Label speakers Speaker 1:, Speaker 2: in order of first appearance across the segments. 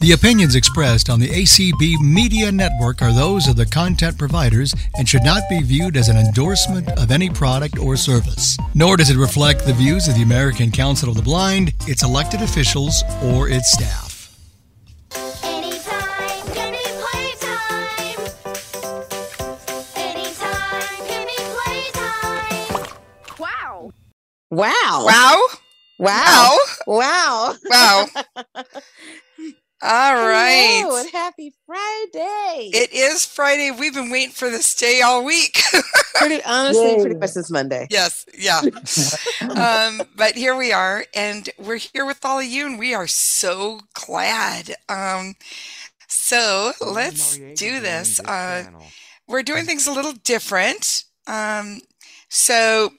Speaker 1: The opinions expressed on the ACB Media Network are those of the content providers and should not be viewed as an endorsement of any product or service. Nor does it reflect the views of the American Council of the Blind, its elected officials, or its staff.
Speaker 2: Anytime, any playtime. Anytime, any playtime.
Speaker 3: Wow.
Speaker 4: Wow.
Speaker 5: Wow.
Speaker 4: Wow.
Speaker 5: Wow.
Speaker 4: Wow.
Speaker 5: Wow. All right.
Speaker 4: Hello and happy Friday.
Speaker 5: It is Friday. We've been waiting for this day all week.
Speaker 4: pretty honestly,
Speaker 6: Yay.
Speaker 4: pretty much since Monday.
Speaker 5: yes. Yeah. um, but here we are, and we're here with all of you, and we are so glad. Um, so let's do this. Uh, we're doing things a little different. Um, so,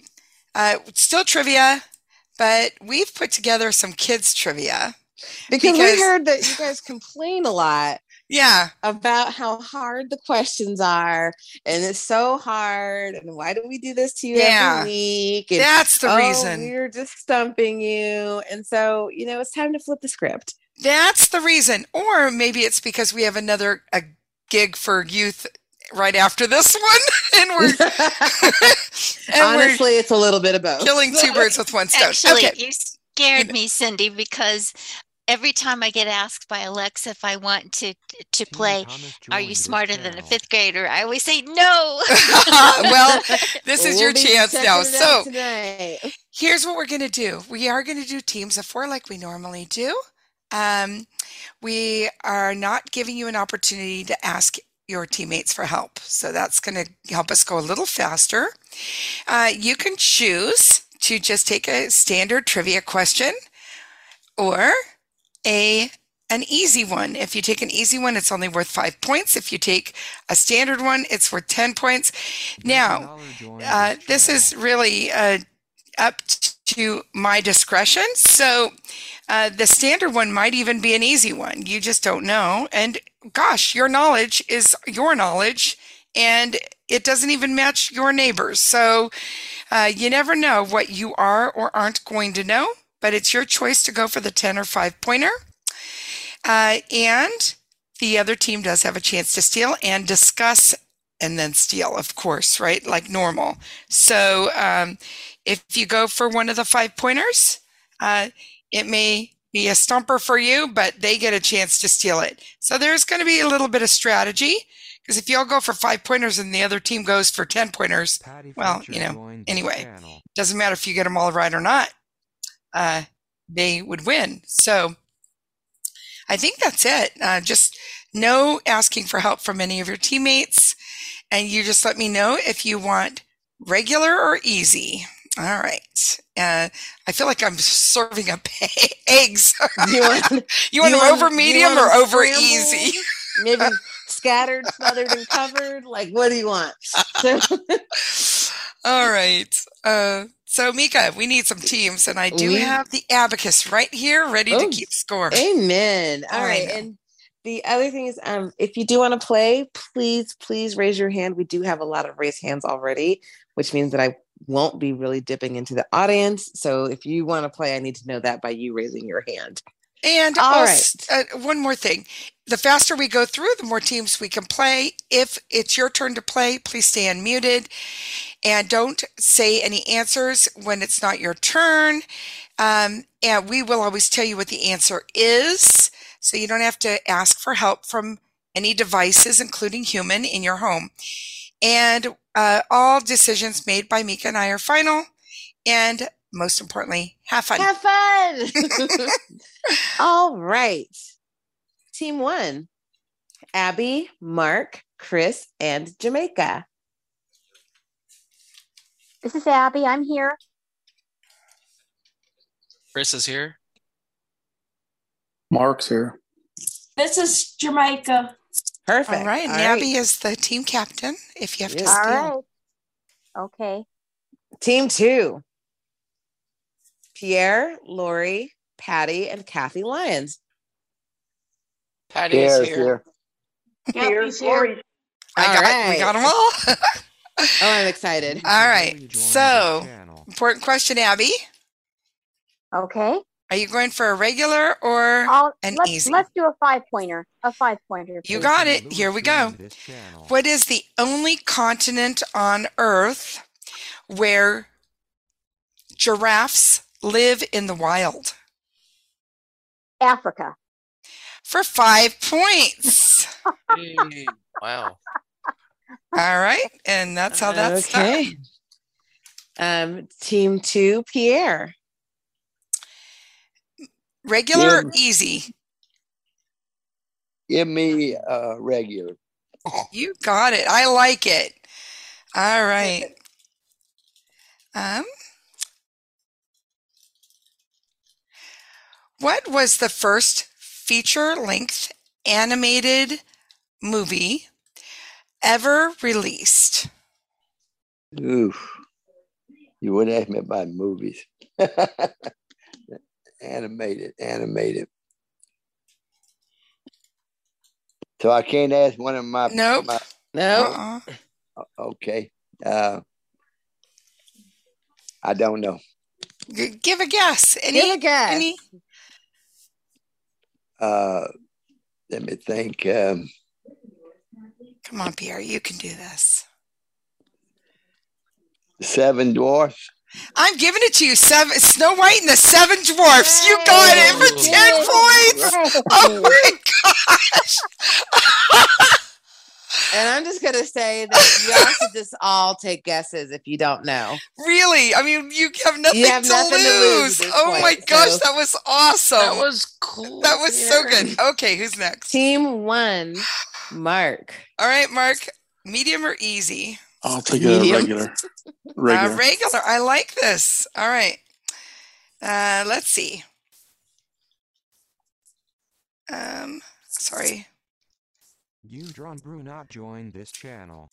Speaker 5: uh, still trivia, but we've put together some kids' trivia.
Speaker 4: Because,
Speaker 5: Because-
Speaker 4: we heard that you guys complain a lot
Speaker 5: Yeah.
Speaker 4: about how hard the questions are and it's so hard and why do we do this to you
Speaker 5: Yeah.
Speaker 4: every week? And,
Speaker 5: That's the
Speaker 4: "Oh,
Speaker 5: reason.
Speaker 4: We're just stumping you. And so, you know, it's time to flip the script.
Speaker 5: That's the reason. Or maybe it's because we have another a gig for youth right after this one and we're and we're
Speaker 4: Honestly, it's a little bit of both.
Speaker 5: killing two birds with one stone.
Speaker 7: Actually,
Speaker 5: okay.
Speaker 7: you
Speaker 5: You know.
Speaker 7: scared me, Cindy, because every time I get asked by Alexa if I want to to play, "Are you smarter than a fifth grader?" I always say no.
Speaker 5: well, this is
Speaker 4: We'll
Speaker 5: your
Speaker 4: be
Speaker 5: chance now.
Speaker 4: checking it out
Speaker 5: So,
Speaker 4: tonight.
Speaker 5: here's what we're going to do we are going to do teams of four like we normally do um, we are not giving you an opportunity to ask your teammates for help so that's going to help us go a little faster uh, you can choose to just take a standard trivia question or a an easy one if you take an easy one it's only worth five points if you take a standard one it's worth ten points now uh, this is really uh, up to my discretion. So uh, the standard one might even be an easy one. You just don't know. And gosh, your knowledge is your knowledge, and it doesn't even match your neighbors. So uh, you never know what you are or aren't going to know, but it's your choice to go for the 10 or 5 pointer. Uh, and the other team does have a chance to steal and discuss and then steal, of course, right? Like normal. So um, if you go for one of the five pointers, uh, it may be a stumper for you, but they get a chance to steal it. So there's going to be a little bit of strategy because if y'all go for five pointers and the other team goes for 10 pointers, well, you know, anyway. doesn't matter if you get them all right or not, uh, they would win. So I think that's it. Uh, just no asking for help from any of your teammates. And you just let me know if you want regular or easy. All right. Uh, I feel like I'm serving up eggs.
Speaker 4: You want,
Speaker 5: you want
Speaker 4: you
Speaker 5: them
Speaker 4: want-
Speaker 5: over
Speaker 4: you
Speaker 5: medium
Speaker 4: want
Speaker 5: or
Speaker 4: them
Speaker 5: over
Speaker 4: scrambled?
Speaker 5: easy?
Speaker 4: maybe scattered, smothered, and covered. Like, what do you want? So,
Speaker 5: All right. Uh, so, Mika, we need some teams, and I do
Speaker 4: We-
Speaker 5: have the abacus right here ready to
Speaker 4: Oh,
Speaker 5: keep score.
Speaker 4: amen. All
Speaker 5: Oh, I
Speaker 4: right.
Speaker 5: know.
Speaker 4: And the other thing is, um, if you do want to play, please, please raise your hand. We do have a lot of raised hands already, which means that I won't be really dipping into the audience. So if you want to play, I need to know that by you raising your hand.
Speaker 5: And
Speaker 4: All
Speaker 5: als- uh, one more thing. The faster we go through, the more teams we can play. If it's your turn to play, please stay unmuted and don't say any answers when it's not your turn. Um, and we will always tell you what the answer is. So you don't have to ask for help from any devices, including human, in your home. And uh, all decisions made by Mika and I are final. And most importantly, have fun.
Speaker 4: Have fun. All right. Team one Abby, Mark, Chris, and Jamaica.
Speaker 3: This is Abby. I'm here.
Speaker 8: Chris is here.
Speaker 6: Mark's here.
Speaker 9: This is Jamaica.
Speaker 4: Perfect.
Speaker 5: All right,
Speaker 4: All
Speaker 5: and Abby is the team captain. If you have to
Speaker 4: Yes.
Speaker 3: All
Speaker 5: steal,
Speaker 3: right. Okay.
Speaker 4: Team two Pierre, Lori, Patty, and Kathy Lyons.
Speaker 8: Patty
Speaker 6: Yeah,
Speaker 8: is here.
Speaker 6: here.
Speaker 9: Here's Lori.
Speaker 5: I
Speaker 4: All
Speaker 5: got we
Speaker 4: right.
Speaker 5: got them all.
Speaker 4: Oh, I'm excited.
Speaker 5: All right, so- Important question, Abby.
Speaker 3: Okay.
Speaker 5: Are you going for a regular or
Speaker 3: I'll,
Speaker 5: an
Speaker 3: let's,
Speaker 5: easy?
Speaker 3: let's do a five pointer. A five pointer.
Speaker 5: You got it. Here we go. What is the only continent on Earth where giraffes live in the wild?
Speaker 3: Africa.
Speaker 5: For five points.
Speaker 8: Yay. wow.
Speaker 5: All right. And that's how that's done.
Speaker 4: okay. Um, team two, Pierre.
Speaker 5: Regular
Speaker 6: Yeah.
Speaker 5: or easy?
Speaker 6: Give me uh, regular.
Speaker 5: You got it. I like it. All right. Um, what was the first feature length animated movie ever released?
Speaker 6: Oof. You wouldn't ask me about movies. animated, animated. So I can't ask one of my.
Speaker 5: Nope.
Speaker 6: my-
Speaker 4: No.
Speaker 5: Uh-uh.
Speaker 6: okay. Uh, I don't know.
Speaker 5: G- Give a guess. Any,
Speaker 4: Give a guess.
Speaker 5: Any?
Speaker 6: Uh, let me think. Um,
Speaker 5: Come on, Pierre. You can do this.
Speaker 6: Seven Dwarfs.
Speaker 5: I'm giving it to you. Seven Snow White and the Seven Dwarfs. You got it for
Speaker 8: Yay.
Speaker 5: ten points. Oh my gosh.
Speaker 4: And I'm just gonna say that you all should just all take guesses if you don't know.
Speaker 5: Really? I mean, you have nothing,
Speaker 4: have
Speaker 5: to,
Speaker 4: nothing to
Speaker 5: lose.
Speaker 4: lose at this
Speaker 5: Oh my
Speaker 4: point,
Speaker 5: gosh,
Speaker 4: so-
Speaker 5: that was awesome.
Speaker 8: That was cool.
Speaker 5: That was so
Speaker 8: Pierre.
Speaker 5: good. Okay, who's next?
Speaker 4: Team one, Mark.
Speaker 5: All right, Mark. Medium or easy?
Speaker 10: I'll take a
Speaker 4: Medium.
Speaker 10: regular.
Speaker 5: Uh,
Speaker 10: Regular.
Speaker 5: regular. I like this. All right. Uh, let's see. Um, sorry.
Speaker 11: Udron Brunot joined this channel.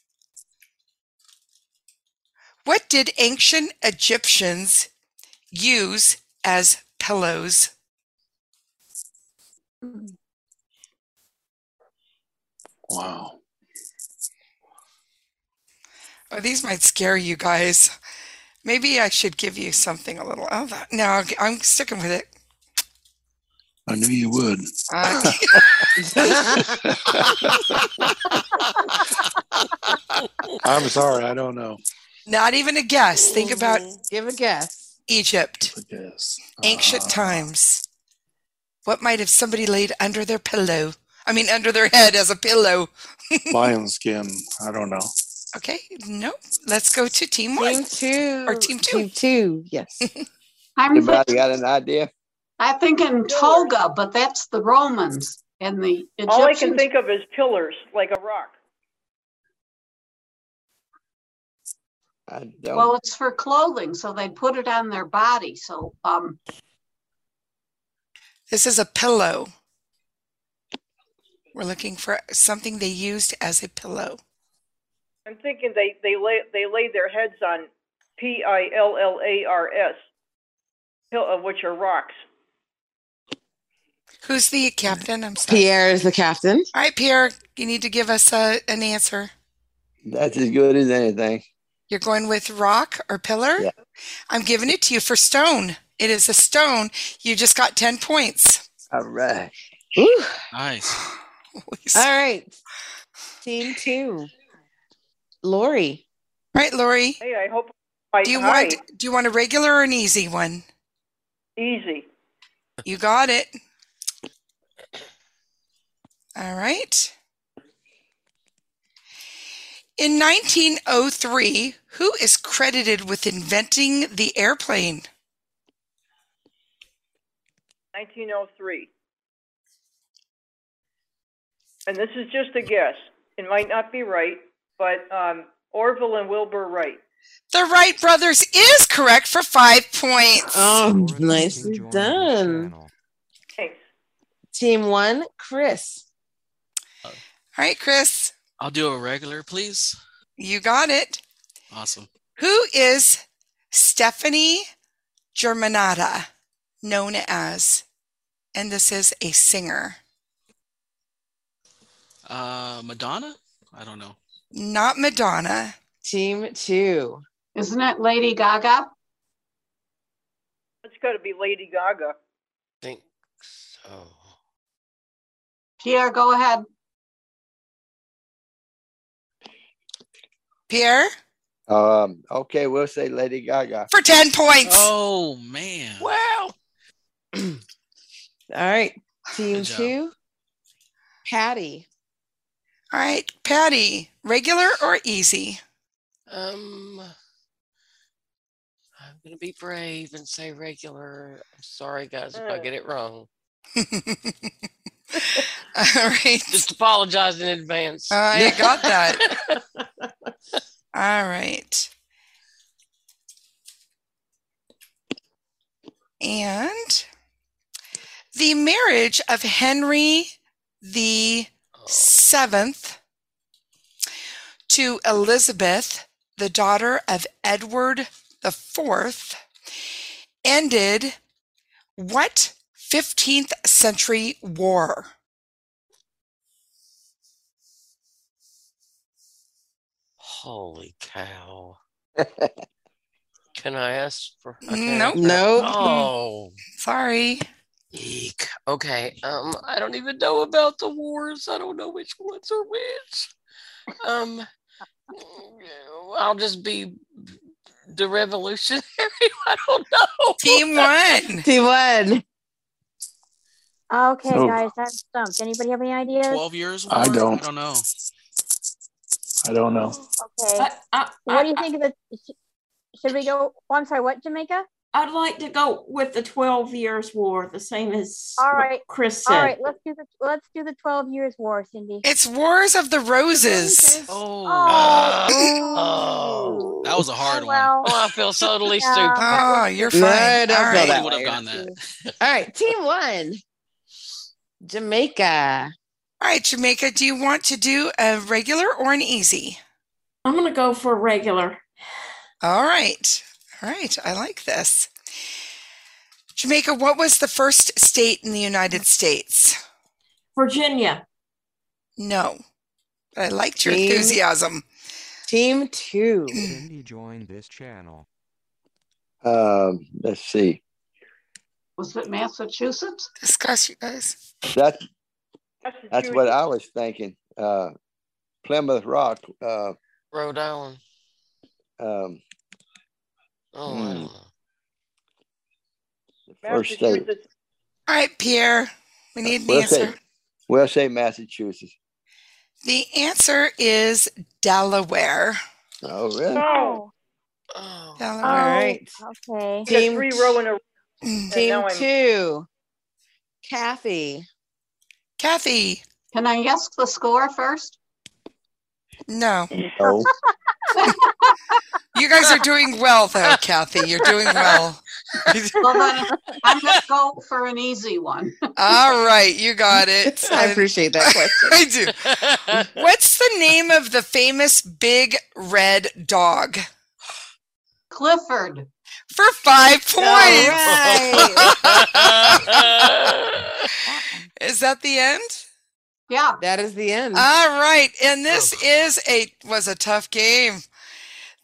Speaker 5: What did ancient Egyptians use as pillows?
Speaker 10: Wow.
Speaker 5: Oh, these might scare you guys. Maybe I should give you something a little. Oh, that, no, I'm sticking with it.
Speaker 10: I knew you would.
Speaker 5: Uh,
Speaker 10: I'm sorry. I don't know.
Speaker 5: Not even a guess. Think about
Speaker 4: Give a guess.
Speaker 5: Egypt,
Speaker 10: I guess.
Speaker 5: ancient
Speaker 10: Uh,
Speaker 5: times. What might have somebody laid under their pillow? I mean, under their head as a pillow.
Speaker 10: Lion skin. I don't know.
Speaker 5: Okay, no. Let's go to team
Speaker 4: Team
Speaker 5: one.
Speaker 4: two.
Speaker 5: Or team two.
Speaker 4: Team two. Yes.
Speaker 9: I'm
Speaker 6: Anybody got an idea?
Speaker 9: I'm thinking toga, but that's the Romans and the Egyptians. All I can think of is pillars, like a rock.
Speaker 6: I don't.
Speaker 9: Well, it's for clothing, so they put it on their body. So, um,
Speaker 5: This is a pillow. We're looking for something they used as a pillow.
Speaker 12: I'm thinking they, they lay they lay their heads on P I L L A R S, hill of which are rocks.
Speaker 5: Who's the captain? I'm sorry.
Speaker 4: Pierre is the captain.
Speaker 5: All right, Pierre, you need to give us a, an answer.
Speaker 6: That's as good as anything.
Speaker 5: You're going with rock or pillar?
Speaker 6: Yeah.
Speaker 5: I'm giving it to you for stone. It is a stone. You just got 10 points.
Speaker 6: All right.
Speaker 4: Ooh.
Speaker 8: Nice.
Speaker 4: All right. Team two. Lori.
Speaker 5: All right, Lori.
Speaker 12: Hey, I hope I
Speaker 5: Do you
Speaker 12: I-
Speaker 5: want do you want a regular or an easy one?
Speaker 12: easy.
Speaker 5: You got it. All right. In 1903, who is credited with inventing the airplane?
Speaker 12: 1903. And this is just a guess. It might not be right, but um, Orville and Wilbur Wright.
Speaker 5: The Wright brothers is correct for five points.
Speaker 4: Oh,
Speaker 11: Laura Keating
Speaker 4: nicely
Speaker 11: joined this
Speaker 4: done.
Speaker 11: channel.
Speaker 12: Thanks.
Speaker 4: Team one, Chris.
Speaker 5: All right, Chris,
Speaker 8: I'll do a regular, please.
Speaker 5: you got it.
Speaker 8: Awesome.
Speaker 5: Who is Stephanie Germanata known as? And this is a singer.
Speaker 8: Uh, Madonna? I don't know.
Speaker 5: Not Madonna.
Speaker 4: Team two.
Speaker 9: isn't it Lady Gaga?
Speaker 12: It's got to be Lady Gaga.
Speaker 13: think so.
Speaker 9: Pierre, go ahead.
Speaker 5: Pierre?
Speaker 6: Um, okay, we'll say Lady Gaga.
Speaker 5: For 10 points.
Speaker 8: Oh, man.
Speaker 5: Wow.
Speaker 4: All right. Team
Speaker 8: Good job.
Speaker 4: two. Patty.
Speaker 5: All right, Patty, regular or easy?
Speaker 13: Um, I'm gonna be brave and say regular. I'm sorry, guys, if
Speaker 5: Uh.
Speaker 13: I get it wrong.
Speaker 5: All right.
Speaker 13: Just apologize in advance.
Speaker 5: I got that. All right. And the marriage of Henry the Seventh to Elizabeth, the daughter of Edward the Fourth, ended what 15th century war?
Speaker 13: Holy cow! Can I ask for? I can't
Speaker 5: Nope.
Speaker 13: ask for-
Speaker 5: Nope.
Speaker 13: Oh,
Speaker 5: Sorry.
Speaker 13: eek. Okay. Um, I don't even know about the wars. I don't know which ones are which. Um, I'll just be the revolutionary. I don't know.
Speaker 5: Team one.
Speaker 4: Team one.
Speaker 3: Okay,
Speaker 10: So-
Speaker 3: guys, that's stumped. Anybody have any ideas?
Speaker 8: 12 years?
Speaker 10: Oh. I
Speaker 8: war?
Speaker 10: don't.
Speaker 8: I don't know.
Speaker 10: I don't know.
Speaker 3: Okay. what do you think of the? sh- Should we go? Oh, I'm sorry. What Jamaica?
Speaker 14: I'd like to go with the 12 years war, the same as
Speaker 3: All
Speaker 14: what
Speaker 3: right.
Speaker 14: Chris
Speaker 3: All
Speaker 14: said.
Speaker 3: right. Let's do the let's do the Twelve Years War, Cindy.
Speaker 5: It's Wars of the Roses.
Speaker 13: Oh.
Speaker 3: Oh.
Speaker 8: That was a hard
Speaker 3: Oh,
Speaker 8: one.
Speaker 3: well.
Speaker 13: Oh, I feel totally
Speaker 3: Yeah.
Speaker 13: stupid.
Speaker 5: Oh, you're fine.
Speaker 4: No, I don't
Speaker 5: All
Speaker 4: feel
Speaker 5: right.
Speaker 4: that
Speaker 8: would have
Speaker 4: way.
Speaker 8: gone that.
Speaker 4: All right. Team one. Jamaica.
Speaker 5: All right, Jamaica, do you want to do a regular or an easy?
Speaker 14: I'm going to go for regular.
Speaker 5: All right. All right. I like this. Jamaica, what was the first state in the United States?
Speaker 14: Virginia.
Speaker 5: No. But I liked your
Speaker 4: Team-
Speaker 5: enthusiasm.
Speaker 4: Team two.
Speaker 11: Cindy joined this channel.
Speaker 6: Um, let's see.
Speaker 9: Was it Massachusetts?
Speaker 5: Discuss, you guys.
Speaker 6: That's that's what I was thinking. Uh, Plymouth Rock. Uh,
Speaker 13: Rhode Island.
Speaker 6: um,
Speaker 13: Oh,
Speaker 6: Hmm.
Speaker 13: I don't know.
Speaker 6: first state.
Speaker 12: Massachusetts.
Speaker 5: All right, Pierre, we need an
Speaker 6: We'll say,
Speaker 5: answer.
Speaker 6: we'll say Massachusetts.
Speaker 5: The answer is Delaware.
Speaker 6: Oh, really?
Speaker 12: Oh,
Speaker 13: Oh,
Speaker 5: Delaware.
Speaker 4: All right.
Speaker 3: Okay.
Speaker 12: we got
Speaker 4: Team-
Speaker 12: three row in a.
Speaker 5: Mm.
Speaker 12: and
Speaker 4: Team
Speaker 12: now I'm-
Speaker 4: two. Kathy.
Speaker 5: Kathy,
Speaker 9: Can I ask the score first?
Speaker 5: no.
Speaker 6: No.
Speaker 5: You guys are doing well, though, Kathy. You're doing well.
Speaker 9: Well, then I'm going to go for an easy one.
Speaker 5: All right, you got it.
Speaker 4: I appreciate that question.
Speaker 5: I do. What's the name of the famous big red dog?
Speaker 9: Clifford.
Speaker 5: For five points.
Speaker 4: All right.
Speaker 5: Is that the end?
Speaker 9: Yeah.
Speaker 4: That is the end.
Speaker 5: All right. And this is a was a tough game.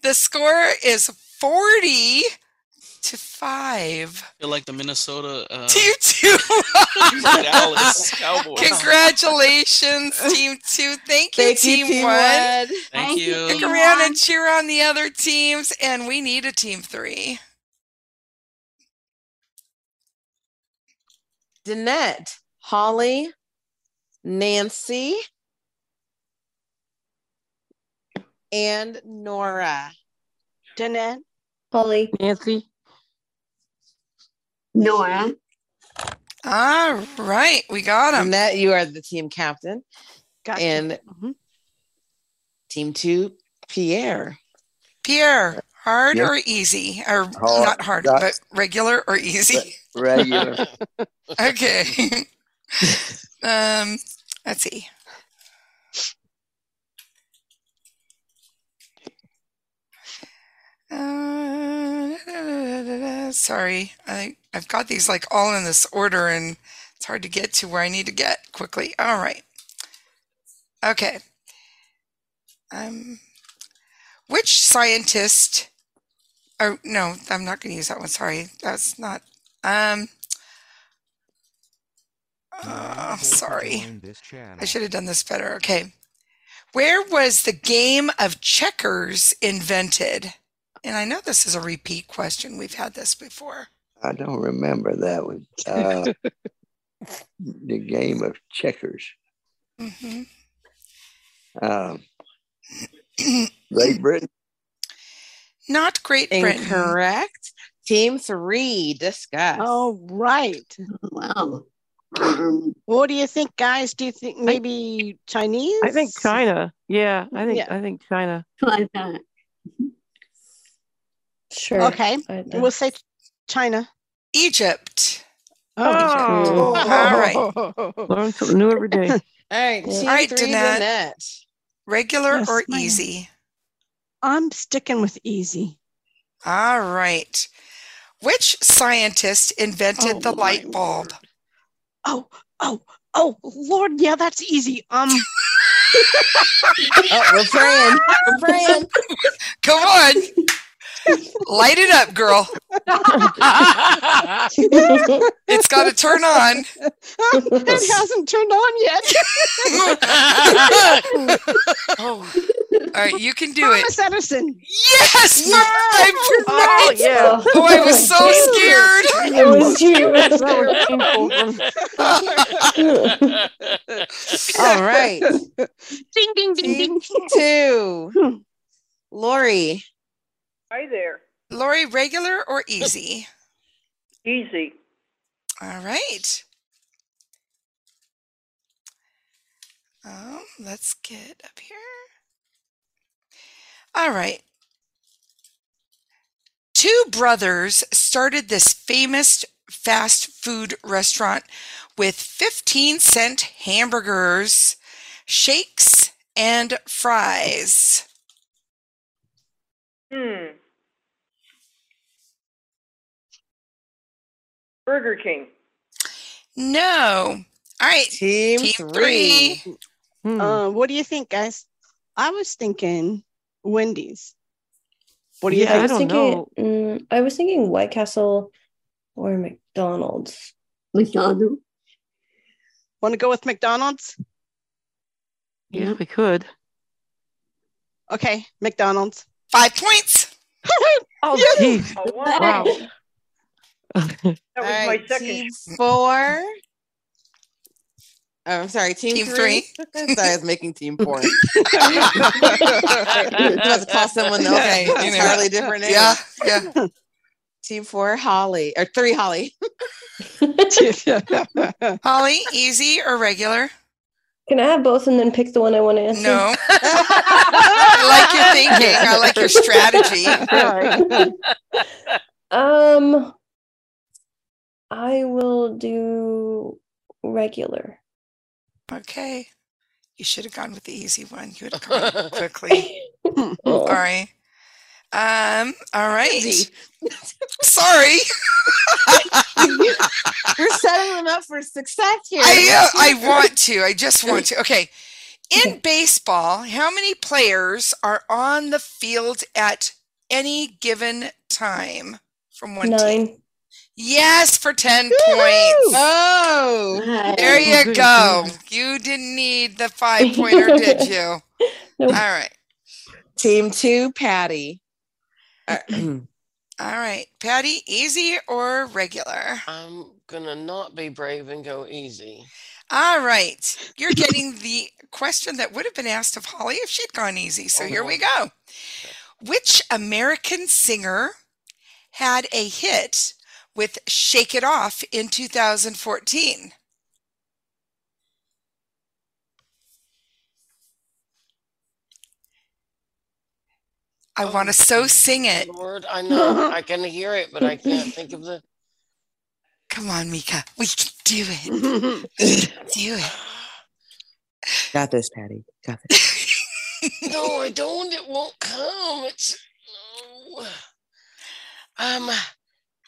Speaker 5: The score is 40 to 5
Speaker 8: I feel like the Minnesota uh,
Speaker 5: to 2.
Speaker 8: Dallas Cowboys.
Speaker 5: Congratulations, Team 2. Thank you,
Speaker 4: Thank
Speaker 5: Team,
Speaker 4: you, team
Speaker 5: 1.
Speaker 4: one.
Speaker 8: Thank you.
Speaker 5: Stick around and cheer on the other teams. And we need a Team 3.
Speaker 4: Danette. Holly. Nancy. And Nora.
Speaker 15: Danette,
Speaker 16: Holly,
Speaker 15: Nancy, Nora.
Speaker 5: All right. We got them.
Speaker 4: Danette, you are the team captain.
Speaker 15: Gotcha.
Speaker 4: And
Speaker 15: Mhm.
Speaker 4: team two, Pierre.
Speaker 5: Pierre, hard
Speaker 6: Yes.
Speaker 5: or easy? Or
Speaker 6: Hard.
Speaker 5: not hard,
Speaker 6: Not-
Speaker 5: but regular or easy?
Speaker 6: Regular.
Speaker 5: Okay. um, let's see. Uh, sorry, I I've got these like all in this order, and it's hard to get to where I need to get quickly. All right. Okay. Um, which scientist? Oh no, I'm not going to use that one. Sorry, that's not. Um, Uh, sorry.
Speaker 11: Join this channel.
Speaker 5: I should have done this better. Okay. Where was the game of checkers invented? And I know this is a repeat question. We've had this before.
Speaker 6: I don't remember that one. Uh, the game of checkers.
Speaker 5: hmm
Speaker 6: Um, Great Britain.
Speaker 5: Not Great
Speaker 4: Britain. Incorrect. Team three, discuss.
Speaker 15: All right.
Speaker 9: Wow.
Speaker 15: What do you think, guys? Do you think maybe Chinese?
Speaker 16: I think China. Yeah, I think
Speaker 15: Yeah.
Speaker 16: I think China.
Speaker 15: Sure. Okay.
Speaker 16: I know.
Speaker 15: We'll say China.
Speaker 5: Egypt.
Speaker 16: Oh.
Speaker 15: All right.
Speaker 16: Learn something new every day.
Speaker 4: All right,
Speaker 15: Yeah.
Speaker 4: team
Speaker 15: All right,
Speaker 4: three,
Speaker 15: Danette.
Speaker 4: Danette.
Speaker 5: Regular
Speaker 15: Yes,
Speaker 5: or
Speaker 15: ma'am.
Speaker 5: easy?
Speaker 15: I'm sticking with easy.
Speaker 5: All right. Which scientist invented
Speaker 15: Oh,
Speaker 5: the
Speaker 15: my
Speaker 5: light bulb?
Speaker 15: Oh, oh, oh, Lord. Yeah, that's easy. Um,
Speaker 4: Oh, we're praying. We're praying.
Speaker 5: Come on. Light it up, girl. It's got to turn on.
Speaker 15: it hasn't turned on yet.
Speaker 5: Oh. All right, you can do it.
Speaker 15: Thomas Edison.
Speaker 5: Yes! I'm
Speaker 16: Oh yeah.
Speaker 5: Oh, I was so scared.
Speaker 16: It was you. That was painful.
Speaker 4: All right.
Speaker 16: Ding ding
Speaker 4: Team
Speaker 15: Hmm.
Speaker 4: two. Lori.
Speaker 12: Hi there.
Speaker 5: Lori, regular or easy?
Speaker 12: Easy.
Speaker 5: All right. Um, let's get up here. All right. Two brothers started this famous fast food restaurant with 15 cent hamburgers, shakes, and fries.
Speaker 12: Hmm. Burger King.
Speaker 5: No. All right.
Speaker 4: Team, three.
Speaker 15: Uh, what do you think, guys? I was thinking Wendy's. What do you
Speaker 16: Yeah,
Speaker 15: think?
Speaker 16: I don't know.
Speaker 17: Mm, I was thinking White Castle or McDonald's. McDonald's.
Speaker 15: Want to go with McDonald's?
Speaker 16: Yeah, we could.
Speaker 15: Okay, McDonald's.
Speaker 5: Five points.
Speaker 16: Oh, geez.
Speaker 12: Oh,
Speaker 16: Wow.
Speaker 12: wow. That was
Speaker 4: All
Speaker 12: my
Speaker 4: right,
Speaker 12: second.
Speaker 4: team four. Oh, I'm sorry, team,
Speaker 5: Team
Speaker 4: three. sorry, I was making team four. I was about to call someone else.
Speaker 5: Hey, you know.
Speaker 4: entirely different name.
Speaker 5: Yeah, yeah.
Speaker 4: Team four, Holly or three, Holly.
Speaker 5: Holly, easy or regular?
Speaker 17: Can I have both and then pick the one I want to answer?
Speaker 5: No. I like your thinking. I like your strategy.
Speaker 17: Um, I will do regular.
Speaker 5: Okay. You should have gone with the easy one. You would have gone quickly. Sorry. Um, all right. Sorry.
Speaker 4: You're setting them up for success here.
Speaker 5: I, uh, I want to. I just want to. Okay. In baseball, how many players are on the field at any given time from one team?
Speaker 17: Nine.
Speaker 5: Yes, for 10 points.
Speaker 4: Oh,
Speaker 5: There
Speaker 16: Oh,
Speaker 5: you
Speaker 16: goody,
Speaker 5: go. You didn't need the five pointer, did you? All right.
Speaker 4: team two, Patty. Uh,
Speaker 5: All right. Patty, easy or regular?
Speaker 13: I'm gonna not be brave and go easy.
Speaker 5: All right. You're getting the question that would have been asked of Holly if she'd gone easy. So here we go. Which American singer had a hit with Shake It Off in 2014? I want to so sing it.
Speaker 13: Lord, I know I can hear it, but I can't think of the.
Speaker 5: Come on, Mika. We can do it. Do it.
Speaker 4: Got this, Patty. Got this.
Speaker 13: No, I don't. It won't come. It's no. Um,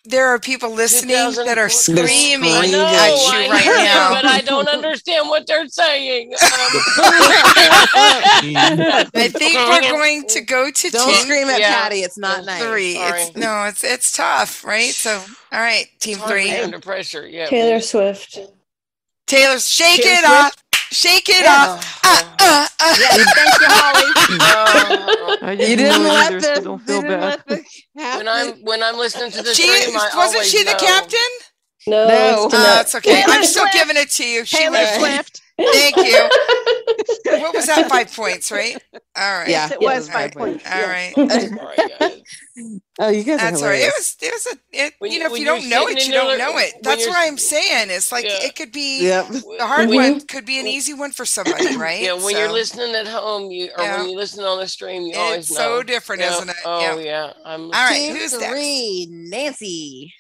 Speaker 5: There are people listening that are
Speaker 13: 2014.
Speaker 4: They're
Speaker 5: screaming at
Speaker 13: I
Speaker 5: you
Speaker 13: know I
Speaker 5: right
Speaker 13: hear it,
Speaker 5: now.
Speaker 13: but I don't understand what they're saying. Um,
Speaker 5: I think we're going to go to
Speaker 4: Don't
Speaker 5: team
Speaker 4: scream at
Speaker 13: Yeah.
Speaker 4: Patty. It's not nice.
Speaker 5: three. It's
Speaker 13: sorry.
Speaker 5: no, it's it's tough, right? So, all right, team
Speaker 13: Um, three
Speaker 5: three.
Speaker 13: under pressure. Yeah.
Speaker 17: Taylor Swift.
Speaker 5: Taylor's shake
Speaker 2: Taylor
Speaker 5: it off. Shake it off. Ah, ah, ah.
Speaker 2: thank you,
Speaker 16: I
Speaker 13: You didn't
Speaker 16: know
Speaker 13: let
Speaker 16: either,
Speaker 13: the-
Speaker 16: so don't feel bad.
Speaker 13: When I'm when I'm listening to this
Speaker 5: She-
Speaker 13: dream, I
Speaker 5: wasn't she the
Speaker 13: always know.
Speaker 5: captain?
Speaker 17: No,
Speaker 13: No.
Speaker 17: it's,
Speaker 5: Uh,
Speaker 17: not.
Speaker 5: it's okay. I'm still giving it to you. She
Speaker 17: Taylor
Speaker 5: was-
Speaker 17: Swift.
Speaker 5: Thank you. What was that? Five points, right? All right.
Speaker 4: Yes, it Yeah. was
Speaker 5: All
Speaker 4: five
Speaker 5: right.
Speaker 4: points,
Speaker 5: All right.
Speaker 4: yes. Oh, you guys
Speaker 5: That's
Speaker 4: are
Speaker 5: all right. It
Speaker 4: hilarious.
Speaker 5: was. It was a. It,
Speaker 13: When
Speaker 5: you
Speaker 13: you-
Speaker 5: know, if
Speaker 13: when
Speaker 5: you
Speaker 13: you're
Speaker 5: don't know
Speaker 13: sitting
Speaker 5: it,
Speaker 13: in
Speaker 5: you don't
Speaker 13: there,
Speaker 5: know it.
Speaker 13: when
Speaker 5: That's
Speaker 13: you're
Speaker 5: what I'm saying. It's like it could be
Speaker 4: Yep.
Speaker 5: the hard
Speaker 13: When-
Speaker 5: one could be an easy one for somebody, right?
Speaker 13: Yeah, when you're
Speaker 5: So,
Speaker 13: listening at home, you or
Speaker 5: Yeah.
Speaker 13: when you listen on the stream, you
Speaker 5: It's
Speaker 13: always know.
Speaker 5: so different,
Speaker 13: Yep.
Speaker 5: isn't it?
Speaker 13: Oh
Speaker 5: Yep.
Speaker 13: yeah. I'm
Speaker 5: All right.
Speaker 13: listening.
Speaker 5: Who's next?
Speaker 18: Three, Nancy.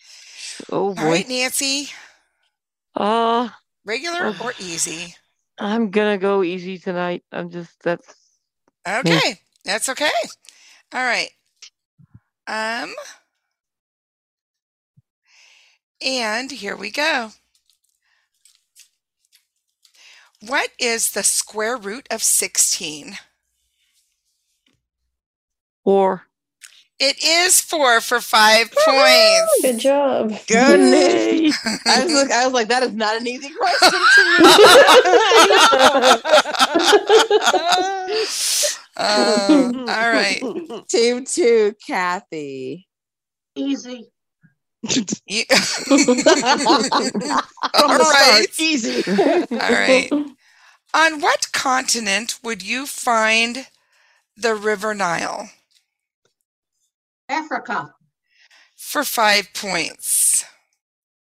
Speaker 16: Oh
Speaker 5: All
Speaker 16: boy.
Speaker 5: right, Nancy.
Speaker 16: Uh,
Speaker 5: Regular
Speaker 13: uh-huh.
Speaker 16: Oh.
Speaker 5: or easy?
Speaker 16: I'm gonna go easy tonight. I'm just that's
Speaker 5: Okay, that's okay. All right. Um. And here we go. What is the square root of 16?
Speaker 16: four.
Speaker 5: It is four for five points.
Speaker 17: Good job.
Speaker 16: Yay.
Speaker 4: Goodness. I was like, I was like, that is not an easy question to me.
Speaker 5: Oh, all right.
Speaker 4: Team two, Kathy.
Speaker 9: Easy.
Speaker 5: You-
Speaker 4: From
Speaker 5: All
Speaker 4: the
Speaker 5: right.
Speaker 4: start, easy.
Speaker 5: All right. On what continent would you find the River Nile?
Speaker 9: Africa.
Speaker 5: For five points.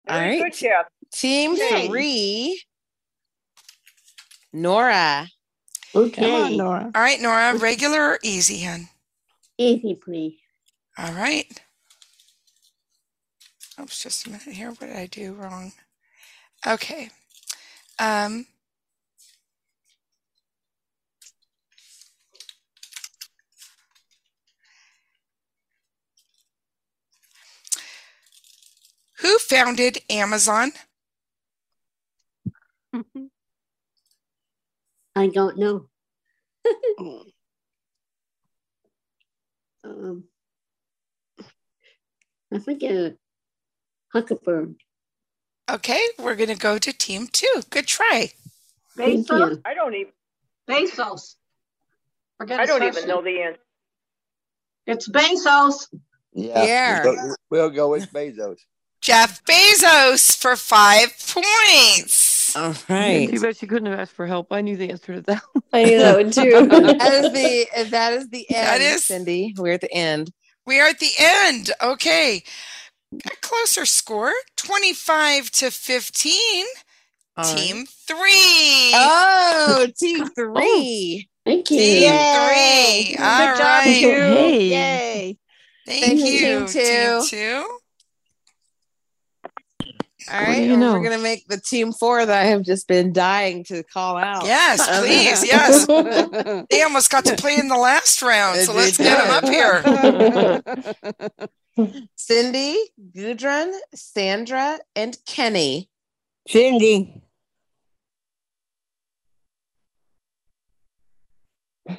Speaker 4: All
Speaker 9: Very
Speaker 4: right.
Speaker 9: good, Kath.
Speaker 4: Team
Speaker 9: Yay.
Speaker 4: three, Nora.
Speaker 18: Okay.
Speaker 4: Come on, Nora.
Speaker 5: All right, Nora, regular or easy, hun?
Speaker 18: Easy, please.
Speaker 5: All right. Oops, just a minute here. What did I do wrong? Okay. Um, who founded Amazon?
Speaker 18: I don't know. um, I think it Huckabird.
Speaker 5: Okay, we're going to go to team two. Good try.
Speaker 18: Thank you.
Speaker 12: I don't even,
Speaker 9: Bezos. Forget
Speaker 12: I don't
Speaker 9: his
Speaker 12: even know
Speaker 9: first name.
Speaker 12: the answer.
Speaker 9: It's Bezos.
Speaker 6: Yeah. we'll
Speaker 9: Yeah.
Speaker 6: go- We'll go with Bezos.
Speaker 5: Jeff Bezos for five points.
Speaker 4: All
Speaker 16: Yeah,
Speaker 4: right.
Speaker 16: too bad she couldn't have asked for help. I knew the answer to that.
Speaker 17: I knew that one too.
Speaker 4: That is the that is the end,
Speaker 5: That is-
Speaker 4: Cindy. We're at the end.
Speaker 5: We are at the end. Okay. A closer score 25 to 15.
Speaker 4: All right.
Speaker 5: Team three.
Speaker 4: Oh, team three.
Speaker 17: Thank you.
Speaker 5: Team
Speaker 4: Yay.
Speaker 5: three.
Speaker 4: Good
Speaker 5: All
Speaker 4: job,
Speaker 5: right.
Speaker 4: you.
Speaker 16: Hey.
Speaker 4: Yay.
Speaker 5: Thank
Speaker 4: Thank you,
Speaker 5: you,
Speaker 4: team two.
Speaker 5: Team two.
Speaker 4: All
Speaker 16: What do
Speaker 4: right.
Speaker 16: you
Speaker 4: and
Speaker 16: know?
Speaker 4: We're going to make the team four that I have just been dying to call out. Um,
Speaker 5: Yes, please. Yes. They almost got to play in the last round. So
Speaker 4: They
Speaker 5: let's get them up here.
Speaker 4: Cindy, Gudrun, Sandra, and Kenny.
Speaker 18: Cindy.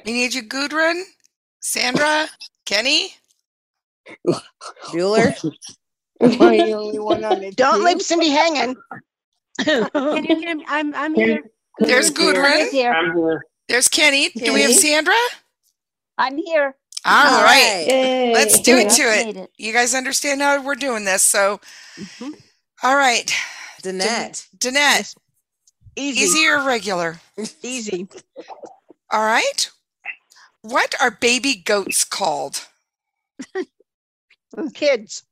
Speaker 5: We need you, Gudrun, Sandra, Kenny.
Speaker 4: Bueller.
Speaker 18: Am I the only one on the
Speaker 15: Don't
Speaker 18: team?
Speaker 15: leave Cindy hanging.
Speaker 18: Can you hear me? I'm I'm here.
Speaker 5: There's Gudrun.
Speaker 18: here.
Speaker 5: There's Kenny. Do we have
Speaker 18: Kenny.
Speaker 5: Sandra?
Speaker 18: I'm here.
Speaker 5: All
Speaker 4: All
Speaker 5: right.
Speaker 4: right.
Speaker 17: Yay.
Speaker 5: Let's do it
Speaker 18: Yeah,
Speaker 5: to
Speaker 18: I
Speaker 5: it.
Speaker 18: made it.
Speaker 5: You guys understand how we're doing this. So, all right.
Speaker 4: Danette.
Speaker 5: Danette,
Speaker 15: Easy. Easy.
Speaker 5: easy or regular?
Speaker 15: Easy.
Speaker 5: All right. What are baby goats called?
Speaker 15: Kids.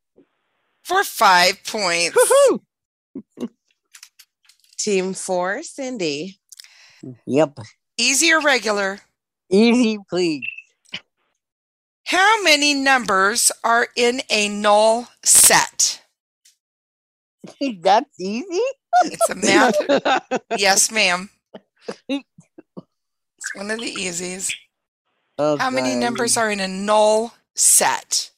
Speaker 5: For five points.
Speaker 15: Woohoo.
Speaker 4: Team four, Cindy.
Speaker 18: Yep.
Speaker 5: Easy or regular?
Speaker 18: Easy, please.
Speaker 5: How many numbers are in a null set?
Speaker 18: That's easy.
Speaker 5: It's a math. yes, ma'am. It's one of the easies.
Speaker 11: Oh,
Speaker 5: How many numbers are in a null set?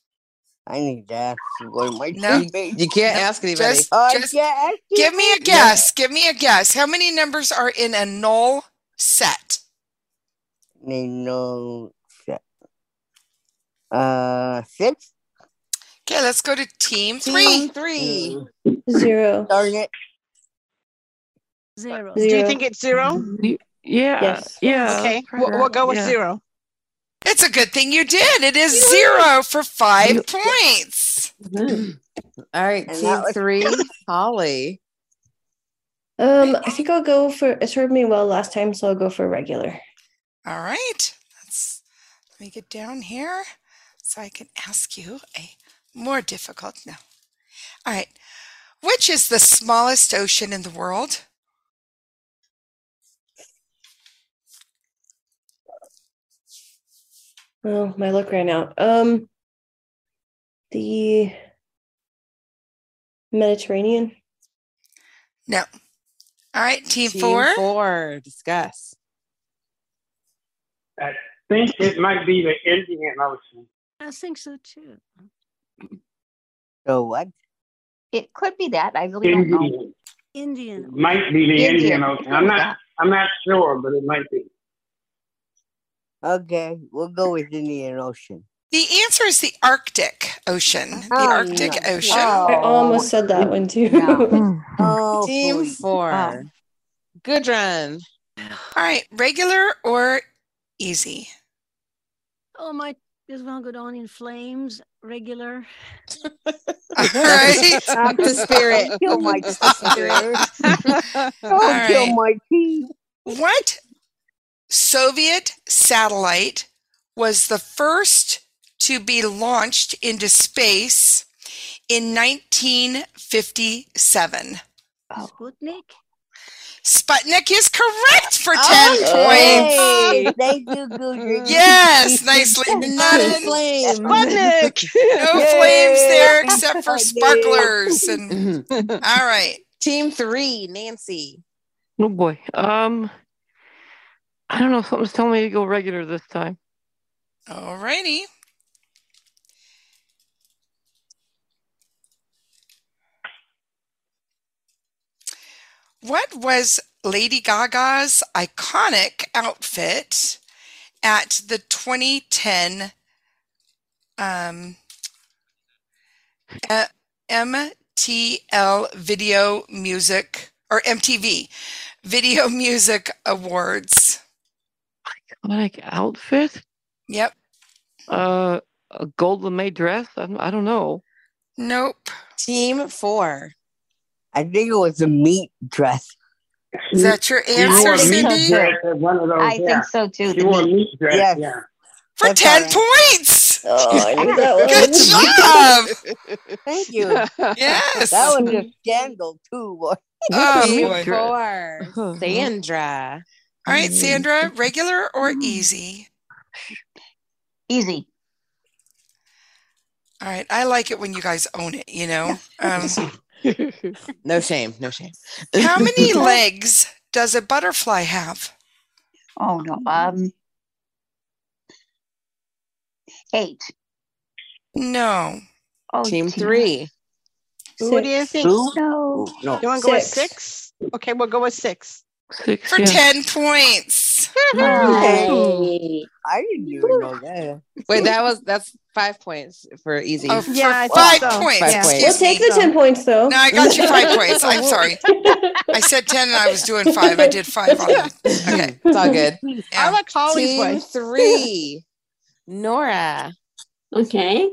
Speaker 18: I need to ask you what my
Speaker 5: No.
Speaker 18: teammates.
Speaker 4: You can't
Speaker 5: No,
Speaker 4: ask anybody.
Speaker 5: just-
Speaker 18: I
Speaker 5: just
Speaker 18: can't ask
Speaker 5: Give me a
Speaker 18: teammates.
Speaker 5: guess. Give me a guess. How many numbers are in a null set?
Speaker 18: They
Speaker 15: Oh,
Speaker 18: know. shit. Uh, six.
Speaker 5: Okay, let's go to team three.
Speaker 4: Team three.
Speaker 17: Zero.
Speaker 18: Darn it.
Speaker 15: Zero.
Speaker 17: Do you think it's zero?
Speaker 16: Yeah.
Speaker 17: Yes.
Speaker 16: Yeah.
Speaker 15: Okay, we'll, we'll go with
Speaker 16: Yeah.
Speaker 15: zero.
Speaker 5: It's a good thing you did. It is zero for five points.
Speaker 4: All right, team three, Holly.
Speaker 17: Um, I think I'll go for it served me well last time, so I'll go for regular.
Speaker 5: All right. Let's let me get down here so I can ask you a more difficult no. All right. Which is the smallest ocean in the world?
Speaker 17: Well, Oh, my luck ran out. Um, the Mediterranean.
Speaker 5: No. All right, team,
Speaker 4: Team
Speaker 5: four.
Speaker 4: four, discuss.
Speaker 19: I think it might be the Indian Ocean.
Speaker 20: I think so too.
Speaker 18: So what?
Speaker 20: It could be that. I really don't know.
Speaker 19: Indian
Speaker 20: Indian.
Speaker 19: might be the Indian, Ocean. I'm not. I'm not sure, but it might be.
Speaker 18: Okay, we'll go with Indian Ocean.
Speaker 5: The answer is the Arctic Ocean.
Speaker 19: Hmm.
Speaker 5: The
Speaker 18: Oh,
Speaker 5: Arctic
Speaker 18: no.
Speaker 5: Ocean.
Speaker 17: I almost said that one too.
Speaker 15: Hmm.
Speaker 4: Team four. Oh, Good run.
Speaker 5: All right, regular or easy?
Speaker 20: Oh my! This one go down in flames. Regular.
Speaker 5: right.
Speaker 4: Back to spirit. Oh
Speaker 18: Kill my spirit. Don't kill my team.
Speaker 5: What Soviet satellite was the first to be launched into space in 1957?
Speaker 18: Oh.
Speaker 20: Sputnik.
Speaker 5: Sputnik is correct for 10
Speaker 18: Oh, Hey,
Speaker 5: points.
Speaker 18: they do good.
Speaker 5: Yes, nicely done.
Speaker 18: Sputnik.
Speaker 5: No flames there except for sparklers.
Speaker 4: Mm-hmm.
Speaker 5: And all right.
Speaker 4: Team three, Nancy.
Speaker 16: Oh boy. Um, I don't know. Something's telling me to go regular this time.
Speaker 5: All righty. What was Lady Gaga's iconic outfit at the 2010 um, uh, MTL Video Music or MTV Video Music Awards?
Speaker 16: Like outfit?
Speaker 5: Yep.
Speaker 16: Uh, a gold lame dress? I don't, I don't know.
Speaker 5: Nope.
Speaker 4: Team four.
Speaker 18: I think it was a meat dress.
Speaker 5: Is that your
Speaker 18: She wore
Speaker 5: answer,
Speaker 18: a meat
Speaker 5: Cindy?
Speaker 18: dress at one of those,
Speaker 20: I
Speaker 18: yeah.
Speaker 20: think so too.
Speaker 18: She
Speaker 20: The
Speaker 18: wore a
Speaker 20: meat.
Speaker 18: meat dress,
Speaker 20: Yes.
Speaker 18: yeah.
Speaker 5: For
Speaker 18: That's
Speaker 5: 10
Speaker 18: all right.
Speaker 5: points.
Speaker 18: Oh, I knew
Speaker 5: Good
Speaker 18: that
Speaker 5: job.
Speaker 18: job. Thank you. Yes. That was a scandal, too. boy.
Speaker 4: Team
Speaker 5: Oh, boy.
Speaker 4: four, Sandra. Mm-hmm.
Speaker 5: All right, Sandra, regular or easy?
Speaker 20: Easy.
Speaker 5: All right. I like it when you guys own it, you know? Um,
Speaker 4: No shame, no shame.
Speaker 5: how many legs does a butterfly have?
Speaker 20: Oh no. Um. Eight.
Speaker 5: No.
Speaker 20: Oh,
Speaker 4: Team
Speaker 20: dear.
Speaker 4: three.
Speaker 15: What do you
Speaker 20: Six.
Speaker 15: think?
Speaker 20: Who? No.
Speaker 15: You want to go with
Speaker 20: Six.
Speaker 15: six? Okay, we'll go with six.
Speaker 16: Six.
Speaker 5: For
Speaker 15: yeah.
Speaker 5: 10 points.
Speaker 4: Hey.
Speaker 18: I didn't even know that.
Speaker 4: Wait, that was that's five points for easy.
Speaker 5: Oh, for five points.
Speaker 4: Five points.
Speaker 17: We'll take the ten points though.
Speaker 5: No, I got you five points. I'm sorry. I said 10 and I was doing five. I did five on that. Okay.
Speaker 4: It's all good.
Speaker 5: Yeah.
Speaker 15: like Holly's
Speaker 4: Team
Speaker 15: way.
Speaker 4: three. Nora.
Speaker 21: Okay.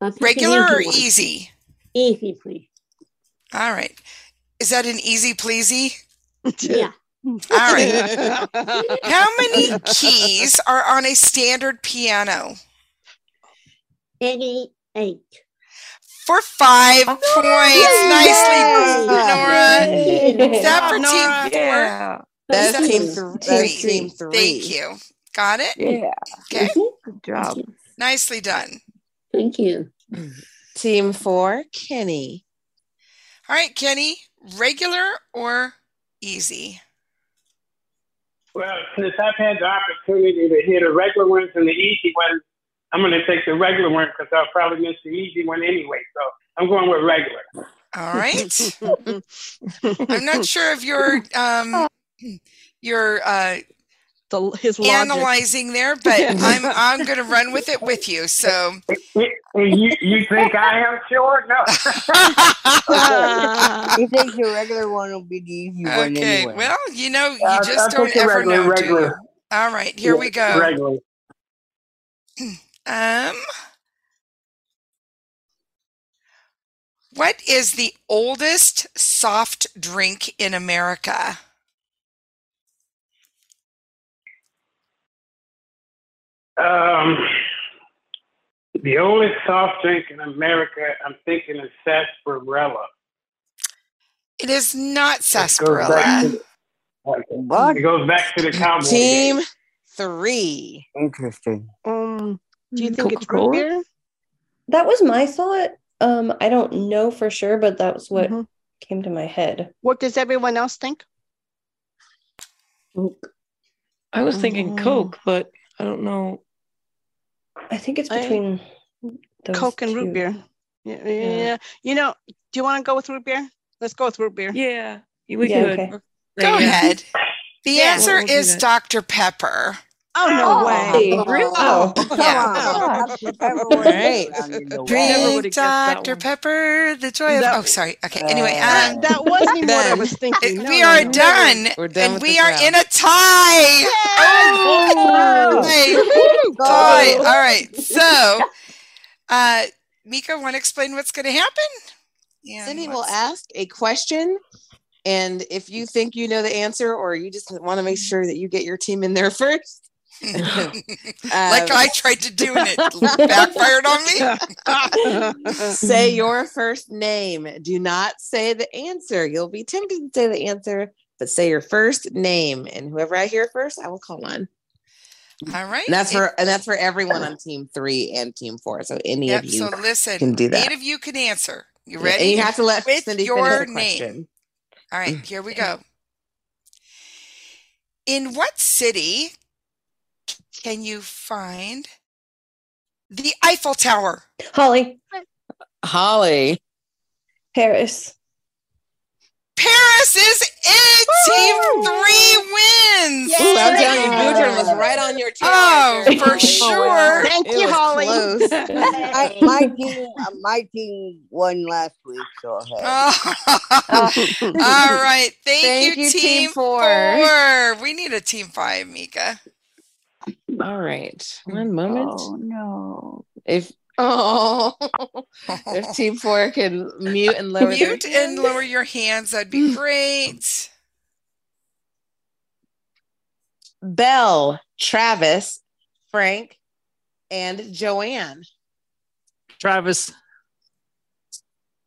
Speaker 21: I'll pick an
Speaker 5: Regular or
Speaker 21: one.
Speaker 5: easy?
Speaker 21: Easy, please.
Speaker 5: All right. Is that an easy pleasy?
Speaker 21: Yeah.
Speaker 5: All right. How many keys are on a standard piano?
Speaker 21: 88.
Speaker 5: For five
Speaker 21: Oh,
Speaker 5: points. Nicely done, Nora.
Speaker 21: Yay.
Speaker 5: Is that for team four?
Speaker 4: That's
Speaker 5: Is that
Speaker 4: team
Speaker 5: for
Speaker 4: th- that's team three.
Speaker 5: Thank you. Got it?
Speaker 4: Yeah.
Speaker 5: Okay.
Speaker 16: Good job.
Speaker 5: Nicely done.
Speaker 4: Thank you. Team four, Kenny.
Speaker 5: All right, Kenny, regular or easy?
Speaker 19: Well, since I've had the opportunity to hear the regular ones and the easy ones, I'm going to take the regular one because I'll probably miss the easy one anyway. So I'm going with regular.
Speaker 5: All right. I'm not sure of your um your uh
Speaker 15: the his logic.
Speaker 5: analyzing there, but I'm I'm going to run with it with you. So
Speaker 19: You, you think I am short? No.
Speaker 15: Uh,
Speaker 18: you think the regular one will be the easy one
Speaker 5: okay,
Speaker 18: anyway?
Speaker 5: well, you know, you
Speaker 18: Yeah,
Speaker 19: Uh,
Speaker 18: I'll-
Speaker 5: just
Speaker 18: I'll
Speaker 5: don't
Speaker 18: take the
Speaker 5: ever
Speaker 18: regular,
Speaker 5: know, do you?
Speaker 18: regular.
Speaker 5: All right, here we
Speaker 18: Yeah,
Speaker 5: go.
Speaker 18: regular.
Speaker 5: Um, what is the oldest soft drink in America?
Speaker 19: Um, the only soft drink in America, I'm thinking, is sarsaparilla.
Speaker 5: It is not
Speaker 19: Goes back
Speaker 5: sarsaparilla.
Speaker 19: to the, it goes back to the cowboy. days.
Speaker 4: Team three.
Speaker 18: Interesting.
Speaker 15: Um,
Speaker 18: do you
Speaker 15: think it's root Coca-Cola? beer?
Speaker 17: Mm, That was my thought. Um, I don't know for sure, but that was what
Speaker 15: Mm-hmm.
Speaker 17: came to my head.
Speaker 15: What does everyone else think?
Speaker 16: I was thinking
Speaker 17: Mm.
Speaker 16: Coke, but I don't know.
Speaker 17: I think it's
Speaker 15: I-
Speaker 17: between those
Speaker 15: Coke and root
Speaker 17: two.
Speaker 15: beer. Yeah, yeah,
Speaker 17: Yeah.
Speaker 15: yeah. You know, do you want to go with root beer? Let's go with root beer.
Speaker 16: Yeah,
Speaker 5: we could. Go ahead. The
Speaker 15: Yeah.
Speaker 5: answer
Speaker 15: We'll- we'll do
Speaker 5: is
Speaker 15: that.
Speaker 5: Dr. Pepper.
Speaker 15: Oh no way! Oh,
Speaker 5: Oh, yeah.
Speaker 18: All right.
Speaker 5: Drink Dr. Pepper, the joy of. Oh, sorry. Okay. Anyway,
Speaker 15: Uh, That-
Speaker 5: um,
Speaker 15: that wasn't even what I was thinking.
Speaker 5: it-
Speaker 15: No,
Speaker 5: we
Speaker 15: no,
Speaker 5: are
Speaker 15: no.
Speaker 5: done.
Speaker 4: We're done
Speaker 5: and
Speaker 4: with
Speaker 5: we
Speaker 4: this
Speaker 5: are
Speaker 4: round.
Speaker 5: in a tie.
Speaker 4: Oh.
Speaker 5: Oh,
Speaker 4: Go.
Speaker 5: tie. All right. So, uh, Mika, want to explain what's going to happen? Yeah.
Speaker 4: Cindy will ask a question, and if you think you know the answer, or you just want to make sure that you get your team in there first, Um,
Speaker 5: like I tried to do, and it backfired on me.
Speaker 4: say your first name. Do not say the answer. You'll be tempted to say the answer, but say your first name, and whoever I hear first, I will call on.
Speaker 5: All right.
Speaker 4: And that's for and that's for everyone on Team Three and Team Four. So any
Speaker 5: Yep.
Speaker 4: of you
Speaker 5: So listen,
Speaker 4: can do that.
Speaker 5: eight of you can answer. You
Speaker 4: Yeah,
Speaker 5: ready?
Speaker 4: And you have to let
Speaker 5: With
Speaker 4: Cindy
Speaker 5: your
Speaker 4: finish the
Speaker 5: name.
Speaker 4: question.
Speaker 5: All right, here we go. In what city can you find the Eiffel Tower?
Speaker 17: Holly,
Speaker 4: Holly.
Speaker 17: Paris.
Speaker 5: Paris is it. Team three wins.
Speaker 4: Ooh, I'm telling you, Gudrun was right on your tail.
Speaker 5: Oh,
Speaker 4: right there,
Speaker 5: for
Speaker 4: Holly.
Speaker 5: sure.
Speaker 4: It was
Speaker 18: my,
Speaker 4: close.
Speaker 18: my team, uh, my team won last week, so hey.
Speaker 5: All
Speaker 17: Oh.
Speaker 5: right. Thank,
Speaker 4: Thank
Speaker 5: you,
Speaker 4: you,
Speaker 5: team,
Speaker 4: Team
Speaker 5: four.
Speaker 4: Four.
Speaker 5: We need a team five, Mika.
Speaker 4: All right. One moment.
Speaker 5: Oh,
Speaker 4: no. If oh if team four can mute and lower their
Speaker 5: Mute and lower your hands. That'd be great.
Speaker 4: Belle, Travis, Frank, and Joanne.
Speaker 1: Travis.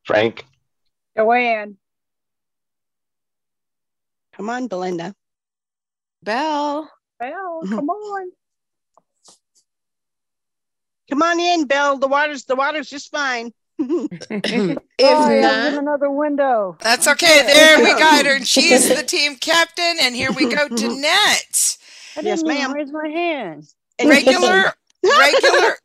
Speaker 1: Frank.
Speaker 15: Joanne. Come on, Belinda. Mm-hmm.
Speaker 4: Belle.
Speaker 15: Belle, come on. Come on in, Belle. The water's the water's just fine. if
Speaker 20: in another window.
Speaker 5: That's okay. There we got her. She's the team captain. And here we go to Net.
Speaker 20: I didn't
Speaker 5: Yes,
Speaker 20: even
Speaker 5: ma'am.
Speaker 20: Raise my hand.
Speaker 5: Regular, regular.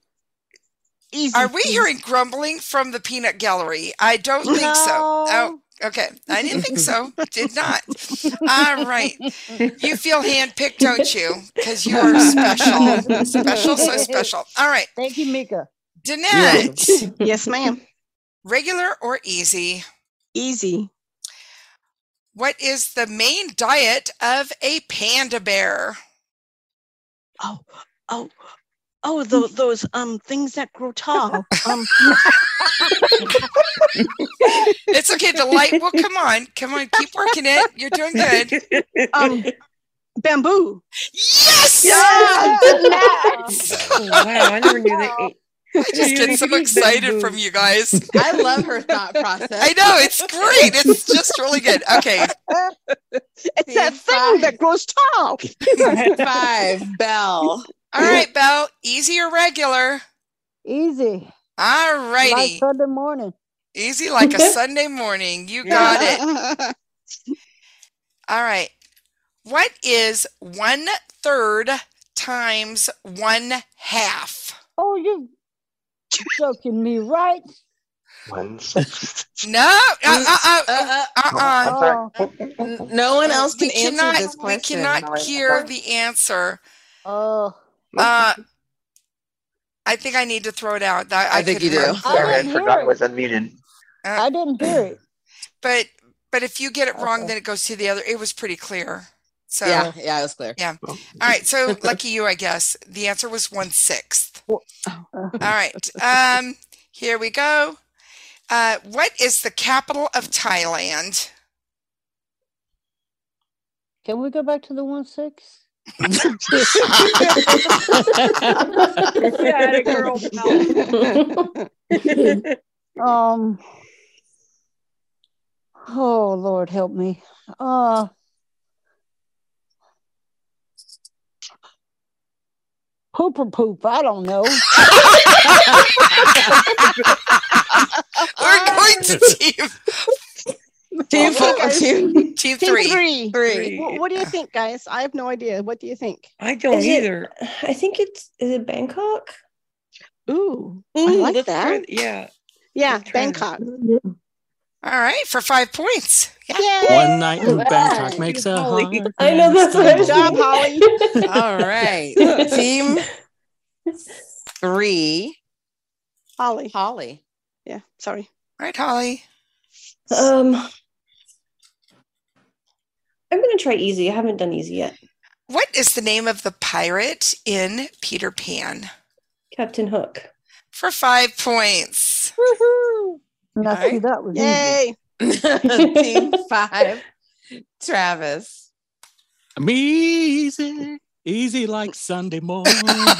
Speaker 5: Are we hearing grumbling from the peanut gallery? I don't think so. Oh, okay. I didn't think so. Did not. All right. You feel handpicked, don't you? Because you are special. Special, so special. All right.
Speaker 20: Thank you, Mika.
Speaker 5: Danette.
Speaker 15: yes, ma'am.
Speaker 5: Regular or easy?
Speaker 15: Easy.
Speaker 5: What is the main diet of a panda bear?
Speaker 15: Oh, oh, oh, those, those um things that grow tall. Um,
Speaker 5: It's okay. The light will come on. Come on. Keep working it. You're doing good.
Speaker 15: um, bamboo.
Speaker 5: Yes.
Speaker 15: Oh, wow, I never knew they ate.
Speaker 5: I just get so excited from you guys.
Speaker 4: I love her thought process.
Speaker 5: I know. It's great. It's just really good. Okay.
Speaker 15: It's that thing that grows tall.
Speaker 4: Five, Belle.
Speaker 5: All right, Belle. Easy or regular?
Speaker 20: Easy.
Speaker 5: All
Speaker 20: Like
Speaker 5: righty.
Speaker 20: Sunday morning.
Speaker 5: Easy like a Sunday morning. You got it. All right. What is one third times one half?
Speaker 20: Oh, you joking me, right?
Speaker 10: Wednesday.
Speaker 5: No, uh, uh, uh, uh,
Speaker 10: I'm
Speaker 5: uh,
Speaker 10: sorry.
Speaker 5: uh.
Speaker 4: Oh. No one else
Speaker 5: We
Speaker 4: can answer
Speaker 5: cannot-
Speaker 4: this question.
Speaker 5: We cannot hear the answer. Oh. I think I need to throw it out. That- I
Speaker 10: think
Speaker 5: could- Oh,
Speaker 10: you do. Sorry, I forgot it was unmuted.
Speaker 5: I didn't hear it. But, but if you get it wrong, then it goes to the other. It was pretty clear. So.
Speaker 4: yeah, yeah, it was clear.
Speaker 5: Yeah. All right. So lucky you, I guess. The answer was one sixth. All right. Um, here we go. Uh, what is the capital of Thailand?
Speaker 20: Can we go back to the one six?
Speaker 2: Yeah, girl.
Speaker 20: um. Oh Lord, help me. Uh. Poop or poop? I don't know.
Speaker 5: We're going to team.
Speaker 4: Team
Speaker 15: four,
Speaker 4: team-
Speaker 5: team
Speaker 15: three.
Speaker 20: three.
Speaker 4: Three.
Speaker 15: Wh- What do you think, guys? I have no idea. What do you think?
Speaker 17: I don't
Speaker 15: Is it-
Speaker 17: either. I think it's is it Bangkok?
Speaker 15: Ooh, I
Speaker 17: Ooh,
Speaker 15: like
Speaker 17: let's try
Speaker 15: that.
Speaker 17: th- yeah.
Speaker 15: Yeah, Bangkok.
Speaker 5: All right, for five points.
Speaker 1: One night in Bangkok makes a
Speaker 17: Holly.
Speaker 1: heart.
Speaker 17: I know, that's what I
Speaker 1: stumble.
Speaker 17: was
Speaker 15: Job, Holly.
Speaker 4: All right. Team three.
Speaker 15: Holly.
Speaker 4: Holly.
Speaker 15: Yeah, sorry.
Speaker 5: All right, Holly.
Speaker 17: Um I'm gonna try easy. I haven't done easy yet.
Speaker 5: What is the name of the pirate in Peter Pan?
Speaker 17: Captain Hook.
Speaker 5: For five points.
Speaker 20: Now, see, that was easy.
Speaker 15: Yay.
Speaker 4: Team five. Travis.
Speaker 1: I'm easy, easy like Sunday morning.
Speaker 5: In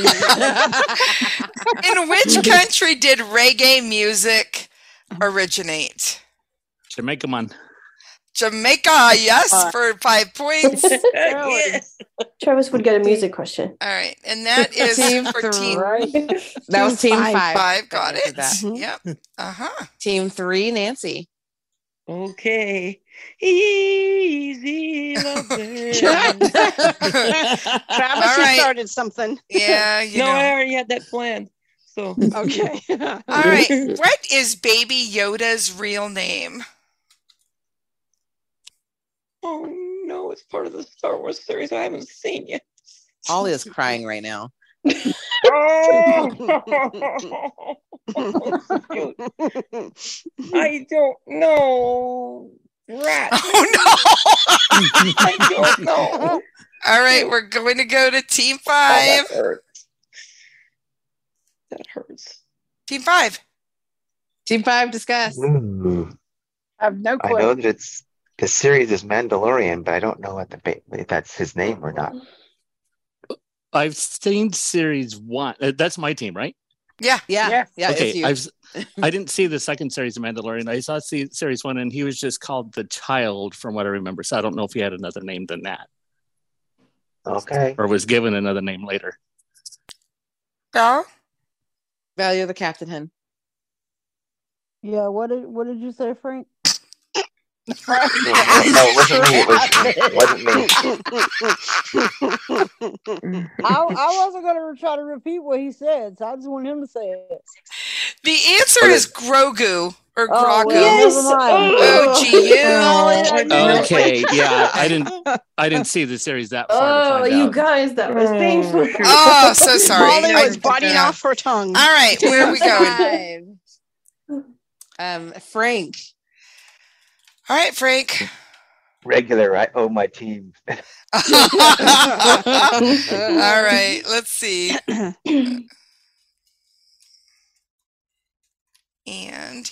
Speaker 5: which country did reggae music originate?
Speaker 1: Jamaica man.
Speaker 5: Jamaica,
Speaker 3: Uh,
Speaker 5: yes, for five points.
Speaker 17: Travis would get a music question.
Speaker 5: All right, and that is
Speaker 4: Team
Speaker 5: for team.
Speaker 4: That was team five. Mm-hmm.
Speaker 5: Five got
Speaker 4: That
Speaker 5: it.
Speaker 4: answered that.
Speaker 5: Yep. Uh huh.
Speaker 4: Team three, Nancy.
Speaker 17: Okay. Easy.
Speaker 16: Um,
Speaker 15: Travis
Speaker 17: All
Speaker 15: just
Speaker 17: right.
Speaker 15: started something.
Speaker 5: Yeah, you
Speaker 17: no,
Speaker 5: know.
Speaker 17: I already had that planned. So
Speaker 15: Okay. All
Speaker 5: All right. What is Baby Yoda's real name?
Speaker 17: Oh no, it's part of the Star Wars series I haven't seen yet.
Speaker 4: Holly is crying right now.
Speaker 17: I don't know. Rat.
Speaker 5: Oh
Speaker 17: no! I don't know.
Speaker 5: All right, we're going to go to team five.
Speaker 17: that
Speaker 3: Uh,
Speaker 17: hurts. That hurts.
Speaker 5: Team five.
Speaker 4: Team five, discuss.
Speaker 10: Ooh,
Speaker 3: I have no
Speaker 10: I
Speaker 3: clue.
Speaker 10: know that it's the series is Mandalorian, but I don't know what the ba- if that's his name or not.
Speaker 1: I've seen series one. Uh, that's my team, right?
Speaker 5: Yeah.
Speaker 4: Yeah. Yeah.
Speaker 1: okay.
Speaker 4: it's you.
Speaker 1: I've s- I didn't see the second series of Mandalorian. I saw se- series one, and he was just called the child, from what I remember. So I don't know if he had another name than that,
Speaker 10: Okay.
Speaker 1: or was given another name later.
Speaker 5: Bell?
Speaker 4: Value of the captain hen.
Speaker 20: Yeah. What did What did you say, Frank?
Speaker 10: No, it wasn't me. It was it wasn't me.
Speaker 20: I, I wasn't going to try to repeat what he said, so I just want him to say it.
Speaker 5: The answer
Speaker 10: What
Speaker 5: is
Speaker 10: is-
Speaker 5: Grogu or
Speaker 20: Oh,
Speaker 5: Grogu.
Speaker 20: well, Yes! never mind.
Speaker 5: O G
Speaker 17: Oh, I
Speaker 5: U.
Speaker 17: knew it.
Speaker 1: Okay. Yeah. I didn't. I didn't see the series that far. to
Speaker 17: Oh,
Speaker 1: find
Speaker 17: you
Speaker 1: out.
Speaker 17: guys, that was painful.
Speaker 5: Oh, so sorry.
Speaker 15: Holly
Speaker 5: I-
Speaker 15: was biting
Speaker 5: yeah.
Speaker 15: off her tongue.
Speaker 5: All right, where are we going?
Speaker 4: Team five. Um, Frank.
Speaker 5: All right, Frank.
Speaker 10: Regular. I owe my team.
Speaker 5: All right, let's see. and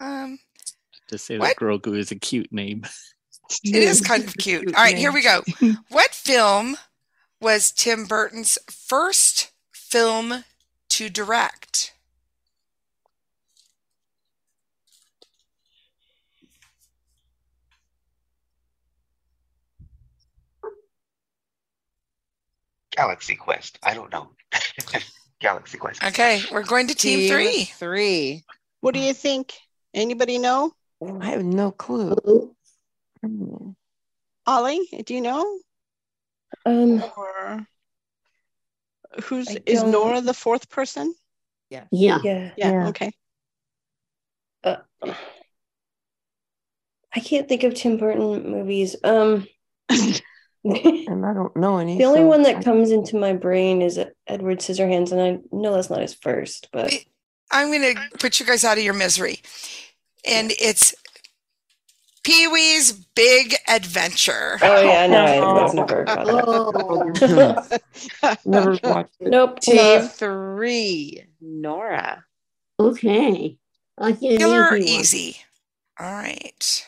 Speaker 5: um,
Speaker 1: To say
Speaker 5: What?
Speaker 1: that Grogu is a cute name.
Speaker 5: it is kind of cute. All right, here we go. What film was Tim Burton's first film to direct?
Speaker 10: Galaxy Quest. I don't know. Galaxy Quest.
Speaker 5: Okay, we're going to team, three.
Speaker 4: Three.
Speaker 15: What do you think? Anybody know?
Speaker 4: I have no clue.
Speaker 16: Hmm.
Speaker 15: Holly, do you know?
Speaker 17: Um,
Speaker 15: or who's
Speaker 17: I
Speaker 15: is
Speaker 17: don't-
Speaker 15: Nora the fourth person?
Speaker 4: Yeah.
Speaker 17: Yeah. Yeah.
Speaker 15: Yeah.
Speaker 17: Yeah.
Speaker 15: Okay.
Speaker 17: uh, I can't think of Tim Burton movies. Um,
Speaker 16: and I don't know any.
Speaker 17: the only
Speaker 16: so
Speaker 17: one that
Speaker 16: I-
Speaker 17: comes into my brain is Edward Scissorhands, and I know that's not his first, but
Speaker 5: I'm going to put you guys out of your misery. And it's Pee Wee's Big Adventure.
Speaker 17: oh yeah, no, I, I've never got that.
Speaker 16: never watched it.
Speaker 17: Nope.
Speaker 4: Team
Speaker 17: not-
Speaker 4: three, Nora.
Speaker 20: Okay. I can
Speaker 5: Killer or
Speaker 20: easy one.
Speaker 5: easy? All right.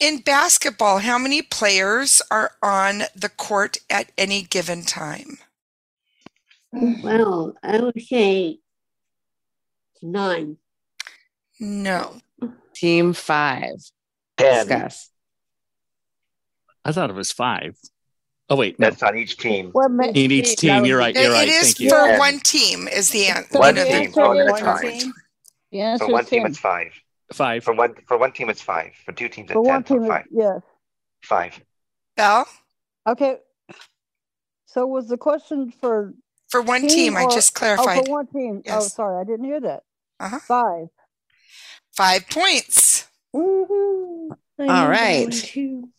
Speaker 5: In basketball, how many players are on the court at any given time?
Speaker 15: Mm.
Speaker 20: Well, I would say nine.
Speaker 5: No.
Speaker 4: Team five.
Speaker 1: Ten.
Speaker 4: Discuss.
Speaker 1: I thought it was five. Oh wait,
Speaker 10: that's on each team.
Speaker 4: What makes
Speaker 1: In each
Speaker 4: team? That
Speaker 1: team, you're
Speaker 4: would
Speaker 1: right.
Speaker 4: be-
Speaker 1: You're
Speaker 4: It-
Speaker 1: right.
Speaker 5: it is
Speaker 1: Thank you.
Speaker 5: for
Speaker 10: Yeah.
Speaker 5: one team is the an-
Speaker 10: One
Speaker 5: you know,
Speaker 10: team.
Speaker 5: the-
Speaker 10: Oh, that's
Speaker 5: one
Speaker 10: right.
Speaker 5: team.
Speaker 10: The
Speaker 5: answer
Speaker 10: for one
Speaker 5: is
Speaker 10: team,
Speaker 5: ten.
Speaker 10: it's five.
Speaker 1: Five.
Speaker 10: For one, for one team, it's five. For two teams, it's
Speaker 18: For one
Speaker 10: ten.
Speaker 18: team,
Speaker 10: so five.
Speaker 18: it- yes.
Speaker 10: Five.
Speaker 5: Bell?
Speaker 18: Okay. So was the question for
Speaker 5: For one team, I
Speaker 18: or-
Speaker 5: just
Speaker 18: Oh,
Speaker 5: clarified.
Speaker 18: for one team. Oh,
Speaker 5: Yes. Uh-huh.
Speaker 18: sorry, I didn't hear that. Five.
Speaker 5: Five points.
Speaker 4: All right.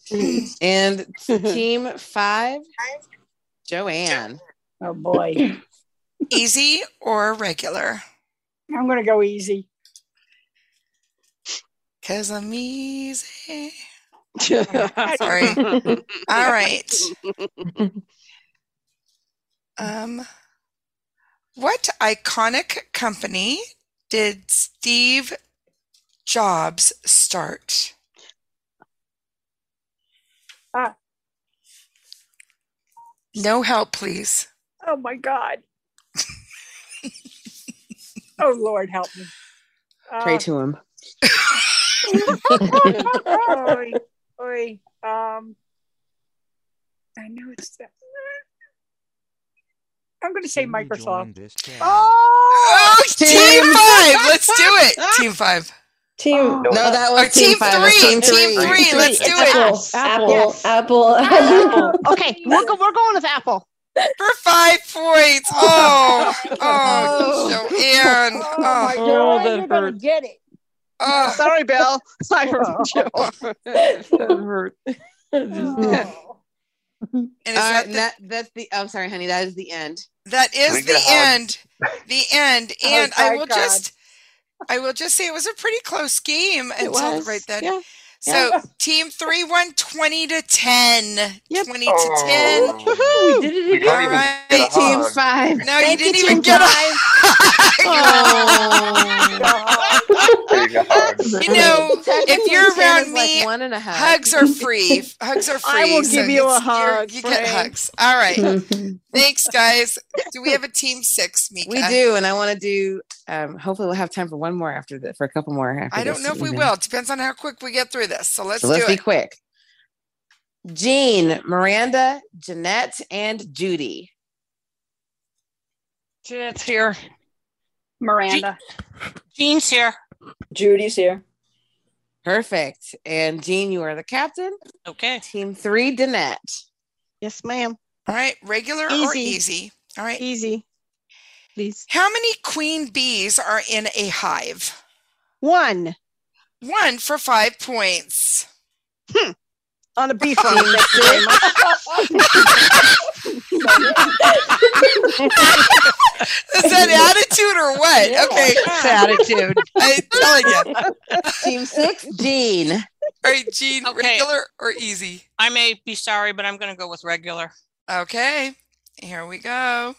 Speaker 4: And team five, Joanne.
Speaker 7: Oh boy.
Speaker 5: Easy or regular?
Speaker 7: I'm gonna go easy.
Speaker 5: Cause I'm easy. Sorry. All right. Um, what iconic company did Steve Jobs start?
Speaker 7: Ah.
Speaker 5: No help, please.
Speaker 7: Oh my God. oh Lord, help me.
Speaker 4: Pray
Speaker 7: Uh,
Speaker 4: to him.
Speaker 7: oy, oy, um, I know it's. that- I'm going to say Microsoft. Oh,
Speaker 5: team, five. Let's do it. Team five.
Speaker 17: Team.
Speaker 4: No, that
Speaker 5: Or
Speaker 4: was team,
Speaker 5: team
Speaker 4: five. It was
Speaker 5: three,
Speaker 4: Team
Speaker 5: team
Speaker 4: three.
Speaker 5: three, let's do it.
Speaker 17: Apple. Apple. Apple. Apple.
Speaker 15: Okay, we'll go, we're going with Apple.
Speaker 5: For five points. Oh, oh,
Speaker 15: Oh.
Speaker 5: Joanne.
Speaker 7: Oh,
Speaker 5: Oh,
Speaker 7: my God. You're going to get it.
Speaker 5: oh.
Speaker 15: Sorry, Bill. Sorry, Joe.
Speaker 16: That hurt.
Speaker 5: And
Speaker 4: All right, that, that's the. Oh, sorry, honey. That is the end.
Speaker 5: That
Speaker 4: We
Speaker 5: is
Speaker 4: get
Speaker 5: the
Speaker 4: a hug.
Speaker 5: end. The end.
Speaker 4: Oh,
Speaker 5: And I
Speaker 4: my
Speaker 5: will
Speaker 4: God.
Speaker 5: just I will just say it was a pretty close game until
Speaker 4: was,
Speaker 5: right then.
Speaker 4: yeah,
Speaker 5: So
Speaker 4: yeah.
Speaker 5: team three won 20 to 10. 20 to 10.
Speaker 10: Oh,
Speaker 17: we did it
Speaker 10: we don't even get a
Speaker 4: Team
Speaker 10: hug.
Speaker 4: five.
Speaker 5: No, you
Speaker 17: Thank
Speaker 5: didn't
Speaker 17: you,
Speaker 5: even
Speaker 17: team
Speaker 5: get a
Speaker 17: five.
Speaker 4: Oh.
Speaker 10: Getting a hug.
Speaker 5: you know, if
Speaker 4: Technically,
Speaker 5: you're
Speaker 4: 10 is
Speaker 5: around
Speaker 4: like
Speaker 5: me,
Speaker 4: one and a half.
Speaker 5: hugs are free. Hugs are free.
Speaker 4: I will give you a
Speaker 5: it's- you're-
Speaker 4: hug,
Speaker 5: You get
Speaker 4: Frank.
Speaker 5: hugs. All right. Thanks, guys. Do we have a team six, Mika?
Speaker 4: We do, and I want to do. Um, hopefully, we'll have time for one more after this, for a couple more. After
Speaker 5: I don't
Speaker 4: this
Speaker 5: know if we
Speaker 4: evening.
Speaker 5: will. Depends on how quick we get through this. So let's
Speaker 4: so let's
Speaker 5: do
Speaker 4: be
Speaker 5: it.
Speaker 4: quick. Jean, Miranda, Jeanette, and Judy.
Speaker 7: Jeanette's here. Miranda.
Speaker 4: Jean's here.
Speaker 18: Judy's here.
Speaker 4: Perfect. And Jean, you are the captain.
Speaker 13: Okay.
Speaker 4: Team three, Danette.
Speaker 15: Yes, ma'am.
Speaker 5: All right. Regular or
Speaker 15: Easy.
Speaker 5: easy? All right.
Speaker 15: Easy. Please.
Speaker 5: How many queen bees are in a hive?
Speaker 15: One
Speaker 5: One for five points.
Speaker 15: Hmm. on a bee farm. Thank you very much.
Speaker 5: Is that attitude or what? Okay.
Speaker 4: attitude.
Speaker 5: I'm telling you.
Speaker 4: Team six, Jean.
Speaker 5: All right, Gene,
Speaker 13: Okay.
Speaker 5: regular or easy?
Speaker 13: I may be sorry, but I'm going to go with regular.
Speaker 5: Okay, here we go.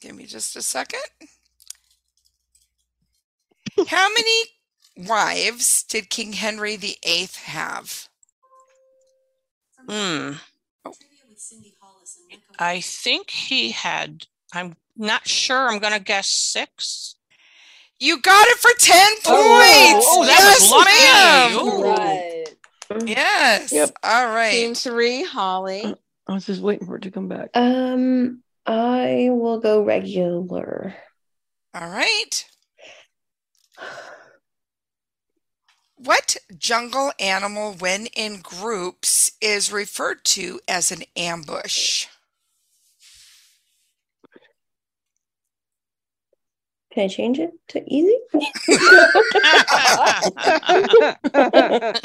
Speaker 5: Give me just a second. How many wives did King Henry VIII have?
Speaker 13: Hmm. I think he had. I'm not sure. I'm going to guess six.
Speaker 5: You got it for 10 points.
Speaker 13: oh, that
Speaker 5: yes,
Speaker 13: was lucky.
Speaker 5: ma'am.
Speaker 13: Ooh.
Speaker 18: Right.
Speaker 5: Yes.
Speaker 16: Yep.
Speaker 5: All right.
Speaker 4: Mm-hmm. Team three, Holly.
Speaker 16: I was just waiting for it to come back.
Speaker 17: Um, I will go regular.
Speaker 5: All right. What jungle animal, when in groups, is referred to as an ambush?
Speaker 17: Can I change it to easy?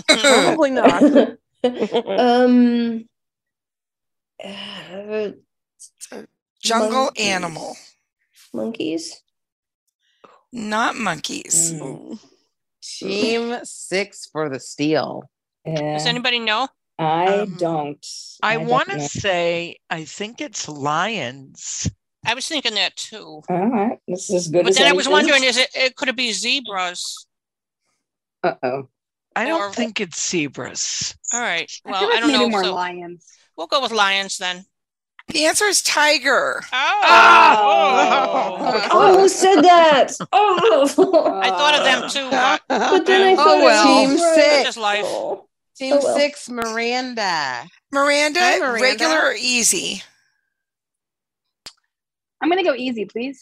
Speaker 16: Probably not.
Speaker 17: um, uh,
Speaker 5: Jungle
Speaker 17: monkeys.
Speaker 5: animal.
Speaker 17: Monkeys.
Speaker 5: Not
Speaker 14: Mm.
Speaker 5: monkeys.
Speaker 4: Team six for the steal.
Speaker 14: Does anybody know?
Speaker 18: I
Speaker 22: Um,
Speaker 18: don't.
Speaker 14: I
Speaker 18: don't
Speaker 14: want to
Speaker 18: know.
Speaker 14: say, I think it's lions. I was thinking that too.
Speaker 18: All right, this is as good.
Speaker 14: But
Speaker 18: as
Speaker 14: then I was
Speaker 18: anything.
Speaker 14: wondering,
Speaker 8: Is it, it could it be zebras?
Speaker 18: Uh oh.
Speaker 14: I don't think it's zebras.
Speaker 8: All right.
Speaker 14: I
Speaker 8: Well,
Speaker 14: feel
Speaker 8: I,
Speaker 14: like
Speaker 8: don't
Speaker 14: maybe
Speaker 8: know.
Speaker 14: more
Speaker 8: lions. We'll go with lions then.
Speaker 5: The answer is tiger.
Speaker 8: Oh.
Speaker 17: Oh, who said that? Oh,
Speaker 8: I thought of them too. But,
Speaker 17: But then I thought it
Speaker 4: well.
Speaker 17: was
Speaker 4: Team
Speaker 17: right.
Speaker 4: six.
Speaker 8: Oh, Just life.
Speaker 4: Team
Speaker 17: Oh, well.
Speaker 4: six, Miranda.
Speaker 5: Miranda,
Speaker 4: Hi, Miranda.
Speaker 5: regular or e- easy?
Speaker 22: I'm gonna go easy, please.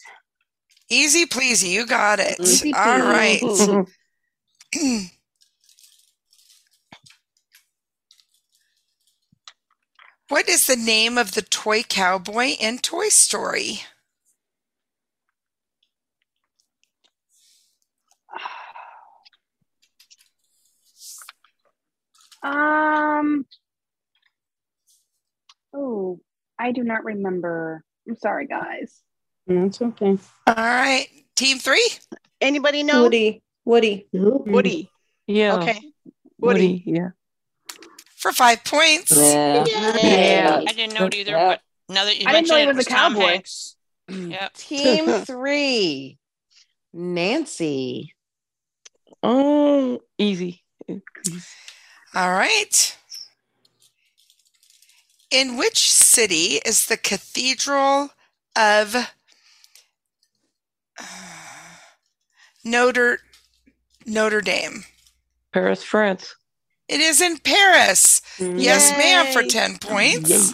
Speaker 5: Easy pleasy, you got it.
Speaker 22: Easy
Speaker 5: All
Speaker 22: peasy.
Speaker 5: right. what is the name of the toy cowboy in Toy Story?
Speaker 22: Um. Oh, I do not remember. I'm sorry, guys.
Speaker 15: That's okay.
Speaker 5: All right. Team three.
Speaker 15: Anybody know?
Speaker 17: Woody. Woody.
Speaker 15: Woody.
Speaker 16: Yeah.
Speaker 15: Okay.
Speaker 16: Woody. Yeah.
Speaker 5: For five points.
Speaker 16: Yeah.
Speaker 8: Yeah. I didn't know it
Speaker 16: That's-
Speaker 8: either,
Speaker 16: yeah.
Speaker 8: but now that you
Speaker 4: I didn't know
Speaker 8: mentioned it, it
Speaker 4: he was a
Speaker 8: was Tom
Speaker 4: cowboy.
Speaker 8: Hanks. Yep.
Speaker 4: Team three, Nancy.
Speaker 16: Oh, easy.
Speaker 5: All right. In which city is the Cathedral of uh, Notre Notre Dame?
Speaker 16: Paris, France.
Speaker 5: It is in Paris. Yes, ma'am, for 10 points.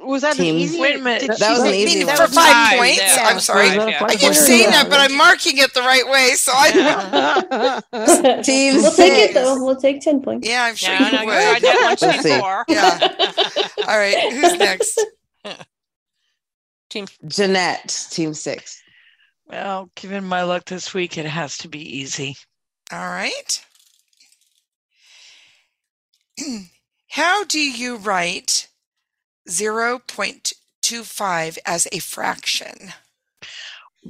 Speaker 15: Was that
Speaker 4: Team-
Speaker 15: an easy?
Speaker 4: Wait a minute,
Speaker 15: did
Speaker 4: that
Speaker 15: she
Speaker 4: was an
Speaker 15: say-
Speaker 4: easy
Speaker 5: Me-
Speaker 4: one.
Speaker 5: for five
Speaker 4: Five,
Speaker 5: points.
Speaker 4: yeah.
Speaker 5: I'm sorry.
Speaker 4: Was that a five
Speaker 5: I keep
Speaker 4: pointer?
Speaker 5: saying that, but I'm marking it the right way. So I
Speaker 4: Team
Speaker 17: We'll take it
Speaker 4: six.
Speaker 17: though. We'll take ten points.
Speaker 5: Yeah, I'm sure
Speaker 17: Yeah, I
Speaker 5: you
Speaker 17: know, you
Speaker 5: would.
Speaker 17: tried that once
Speaker 4: Let's see. before.
Speaker 5: Yeah. All right. Who's next?
Speaker 8: Team
Speaker 4: Jeanette, team six.
Speaker 14: Well, given my luck this week, it has to be easy.
Speaker 5: All right. How do you write 0.25 as a fraction?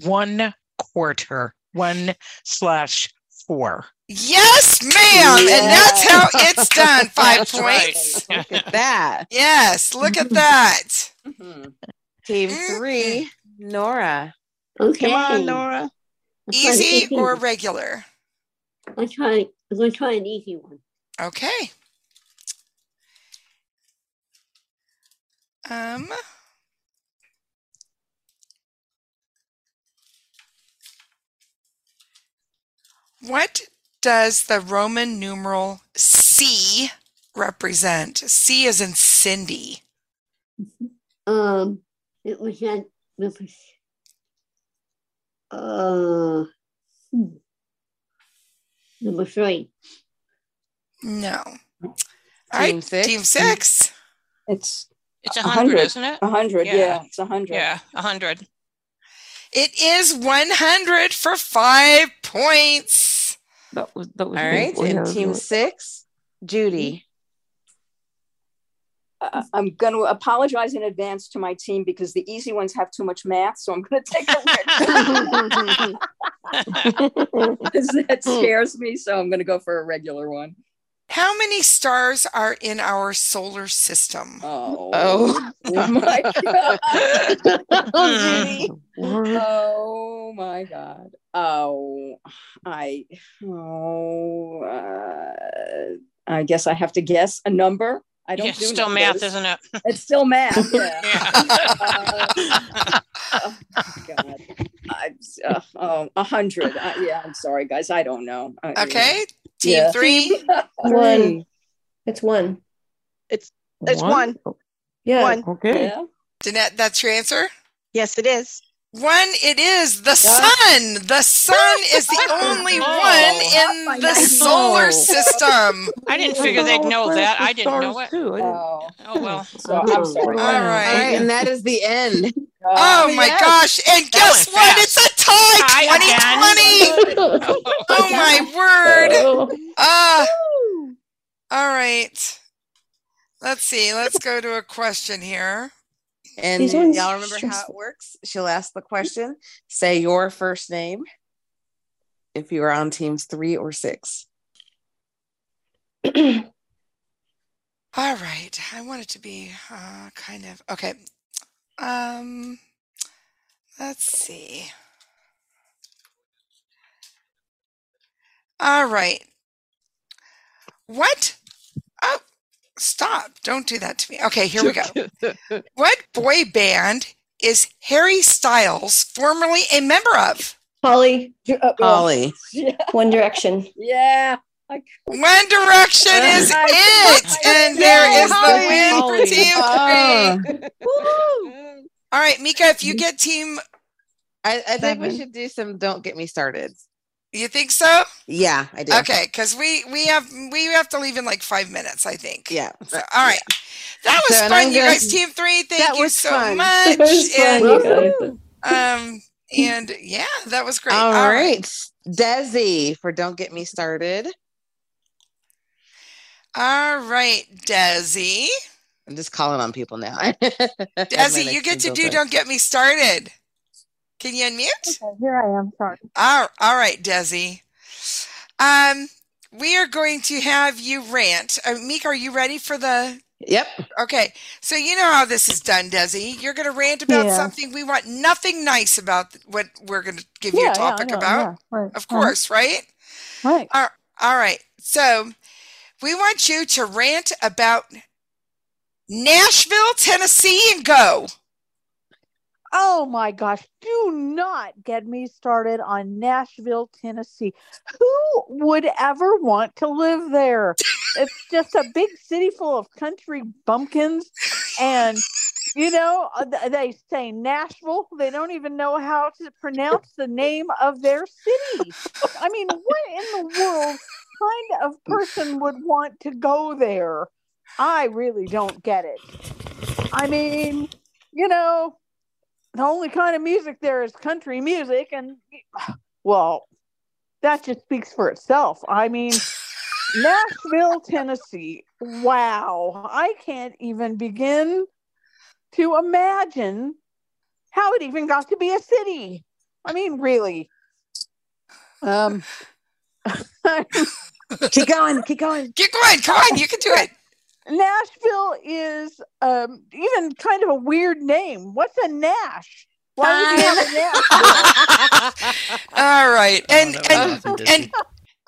Speaker 14: One quarter, one slash four.
Speaker 5: Yes, ma'am. And that's how it's done. Five
Speaker 14: That's right.
Speaker 5: points.
Speaker 4: Look at that.
Speaker 5: Yes, look at that. Mm-hmm.
Speaker 4: Team three, Nora.
Speaker 15: Come on,
Speaker 21: Okay.
Speaker 15: Nora.
Speaker 21: Let's try an
Speaker 5: Easy
Speaker 21: easy
Speaker 5: or
Speaker 21: one.
Speaker 5: regular?
Speaker 21: I'm trying. I'm gonna try an easy one.
Speaker 5: Okay. Um. What does the Roman numeral C represent? C is in Cindy.
Speaker 21: Um, it was that. It was, uh, hmm. number three.
Speaker 5: No. All
Speaker 21: Team
Speaker 5: right,
Speaker 21: six?
Speaker 5: team six.
Speaker 18: It's
Speaker 8: It's
Speaker 18: a
Speaker 8: a
Speaker 18: hundred,
Speaker 8: hundred, isn't it?
Speaker 18: a hundred, yeah, it's a hundred.
Speaker 8: Yeah, a hundred.
Speaker 5: It is 100 for five points.
Speaker 16: That was that was
Speaker 4: All right,
Speaker 16: painful. Yeah,
Speaker 4: and
Speaker 16: that
Speaker 4: team
Speaker 16: was-
Speaker 4: six, Judy.
Speaker 22: Uh, I'm going to apologize in advance to my team because the easy ones have too much math, so I'm going to take the win because that scares me. So I'm going to go for a regular one.
Speaker 5: How many stars are in our solar system?
Speaker 22: Oh,
Speaker 4: Oh.
Speaker 22: my god! Hmm.
Speaker 4: Judy.
Speaker 22: Oh my god! Oh, I oh, uh, I guess I have to guess a number. I don't
Speaker 8: Yeah,
Speaker 22: do
Speaker 8: still math,
Speaker 22: numbers.
Speaker 8: isn't it?
Speaker 22: It's still math. Yeah. Oh, I, uh, oh, a hundred. I, yeah, I'm sorry, guys. I don't know. I-
Speaker 5: Okay, team
Speaker 22: Yeah.
Speaker 5: three.
Speaker 17: One. It's one.
Speaker 15: It's it's one.
Speaker 17: Yeah.
Speaker 15: One.
Speaker 16: Okay.
Speaker 5: Danette, that's your answer?
Speaker 15: Yes, it is.
Speaker 5: One, it is the sun. The sun is the only
Speaker 23: Oh.
Speaker 5: one in the solar system.
Speaker 22: I didn't figure they'd know that. I didn't know it.
Speaker 5: Oh, well.
Speaker 22: So I'm sorry.
Speaker 5: All
Speaker 4: All right,
Speaker 5: right.
Speaker 4: and that is the end.
Speaker 5: Oh my gosh. And guess what? It's a tie 2020. oh my word. Ah. all right. Let's see. Let's go to a question here.
Speaker 4: And
Speaker 5: These ones
Speaker 4: y'all remember how it
Speaker 5: stressful.
Speaker 4: works? She'll ask the question, say your first name if you are on teams three or six.
Speaker 5: All right. I want it to be uh, kind of okay. Um, let's see. All right. What? Oh, stop. Don't do that to me. Okay, here we go. what boy band is Harry Styles formerly a member of?
Speaker 17: Polly.
Speaker 4: Polly.
Speaker 17: One Direction.
Speaker 15: Yeah.
Speaker 5: One Direction is it. And there is the win for Team
Speaker 4: Uh,
Speaker 5: Three. All right, Mika, if you get team,
Speaker 4: Mm-hmm. I, I think we
Speaker 5: Seven.
Speaker 4: should do some don't get me started.
Speaker 5: you think so?
Speaker 4: Yeah, I do.
Speaker 5: Okay, because we we have we have to leave in like five minutes, I think.
Speaker 4: Yeah.
Speaker 5: So, all right, that was
Speaker 4: So, and
Speaker 5: fun,
Speaker 4: I'm
Speaker 5: you
Speaker 4: gonna-
Speaker 5: guys. Team three, thank
Speaker 4: uh, That
Speaker 5: you
Speaker 4: was
Speaker 5: so
Speaker 4: fun.
Speaker 5: much.
Speaker 4: That was fun, you guys.
Speaker 5: and, um, and yeah, that was great.
Speaker 4: All right. Desi for don't get me started.
Speaker 5: all right, Desi.
Speaker 4: I'm just calling on people now.
Speaker 5: Desi, you get to do Don't Get Me Started. Can you unmute?
Speaker 24: Here I am. Sorry.
Speaker 5: All, all right, Desi. Um, we are going to have you rant. Uh, Meek, are you ready for the?
Speaker 4: Yep.
Speaker 5: Okay. So you know how this is done, Desi. You're going to rant about
Speaker 15: Yeah.
Speaker 5: something. We want nothing nice about what we're going to give you
Speaker 15: Yeah,
Speaker 5: a
Speaker 15: yeah, I
Speaker 5: topic
Speaker 15: know,
Speaker 5: about.
Speaker 15: yeah, right,
Speaker 5: Of
Speaker 15: uh-huh.
Speaker 5: course, right?
Speaker 15: Right.
Speaker 5: All, all right. So we want you to rant about Nashville, Tennessee, and go.
Speaker 15: Oh my gosh, do not get me started on Nashville, Tennessee. Who would ever want to live there? It's just a big city full of country bumpkins. And, you know, uh, th- they say Nashville. They don't even know how to pronounce the name of their city. I mean, what in the world kind of person would want to go there? I really don't get it. I mean, you know, the only kind of music there is country music and well that just speaks for itself i mean nashville tennessee wow i can't even begin to imagine how it even got to be a city i mean really um
Speaker 25: keep going keep going
Speaker 5: keep going come on you can do it
Speaker 15: Nashville is um, even kind of a weird name. What's a Nash? Why would you have a
Speaker 5: All right. And
Speaker 15: that
Speaker 5: and,
Speaker 15: was awesome, Desi.
Speaker 5: and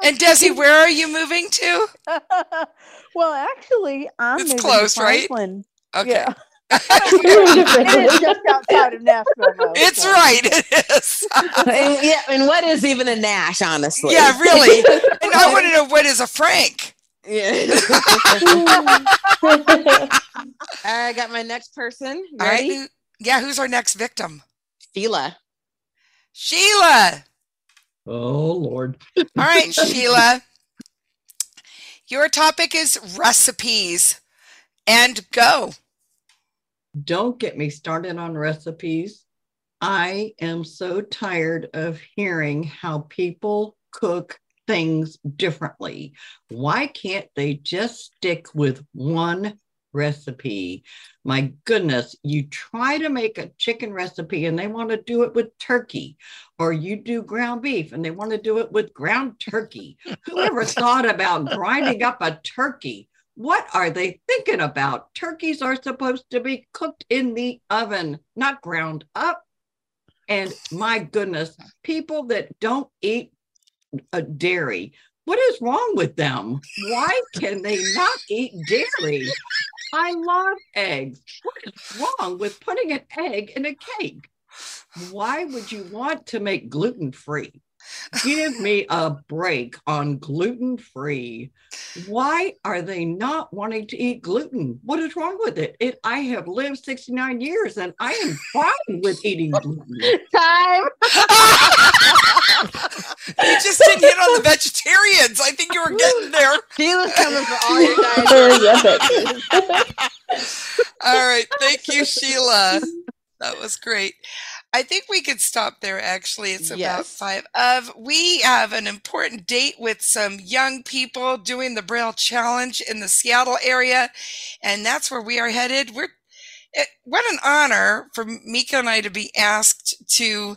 Speaker 5: and Desi, where are you moving to?
Speaker 15: Nash? well, actually, I'm
Speaker 5: It's
Speaker 15: moving
Speaker 5: close,
Speaker 15: to
Speaker 5: right?
Speaker 15: Franklin.
Speaker 5: Okay.
Speaker 15: Yeah. it is just outside of Nashville, though.
Speaker 5: It's right. It is.
Speaker 4: and, yeah, and what is even a Nash, honestly?
Speaker 5: Yeah, really. And I want to know what is a Frank.
Speaker 4: Yeah. I got my next person.
Speaker 5: All right.
Speaker 4: Ready?
Speaker 5: who- Yeah, who's our next victim?
Speaker 4: Sheila.
Speaker 5: Sheila.
Speaker 11: Oh Lord.
Speaker 5: All right, Sheila. Your topic is recipes and go.
Speaker 11: Don't get me started on recipes. I am so tired of hearing how people cook things differently. Why can't they just stick with one recipe? My goodness, you try to make a chicken recipe and they want to do it with turkey, or you do ground beef and they want to do it with ground turkey. Whoever thought about grinding up a turkey? What are they thinking about? Turkeys are supposed to be cooked in the oven, not ground up. And my goodness, people that don't eat a dairy, what is wrong with them? Why can they not eat dairy? I love eggs. What is wrong with putting an egg in a cake? Why would you want to make gluten free? Give me a break on gluten free. Why are they not wanting to eat gluten? What is wrong with it? it I have lived 69 years and I am fine with eating gluten.
Speaker 3: Time.
Speaker 5: You just didn't hit on the vegetarians. I think you were getting there.
Speaker 4: Sheila's coming for all
Speaker 5: your
Speaker 4: guys.
Speaker 5: All right. Thank you, Sheila. That was great. I think we could stop there actually. It's about five of we have an important date with some young people doing the Braille Challenge in the Seattle area. And that's where we are headed. We're it, what an honor for Mika and I to be asked to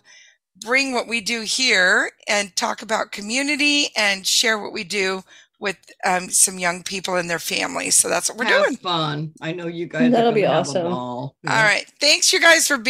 Speaker 5: bring what we do here and talk about community and share what we do with um, some young people and their families. So that's what we're
Speaker 11: Have
Speaker 5: doing.
Speaker 11: fun. I know you guys are
Speaker 5: That'll be
Speaker 11: gonna have a
Speaker 5: awesome.
Speaker 11: ball.
Speaker 5: All right. Thanks, you guys, for being.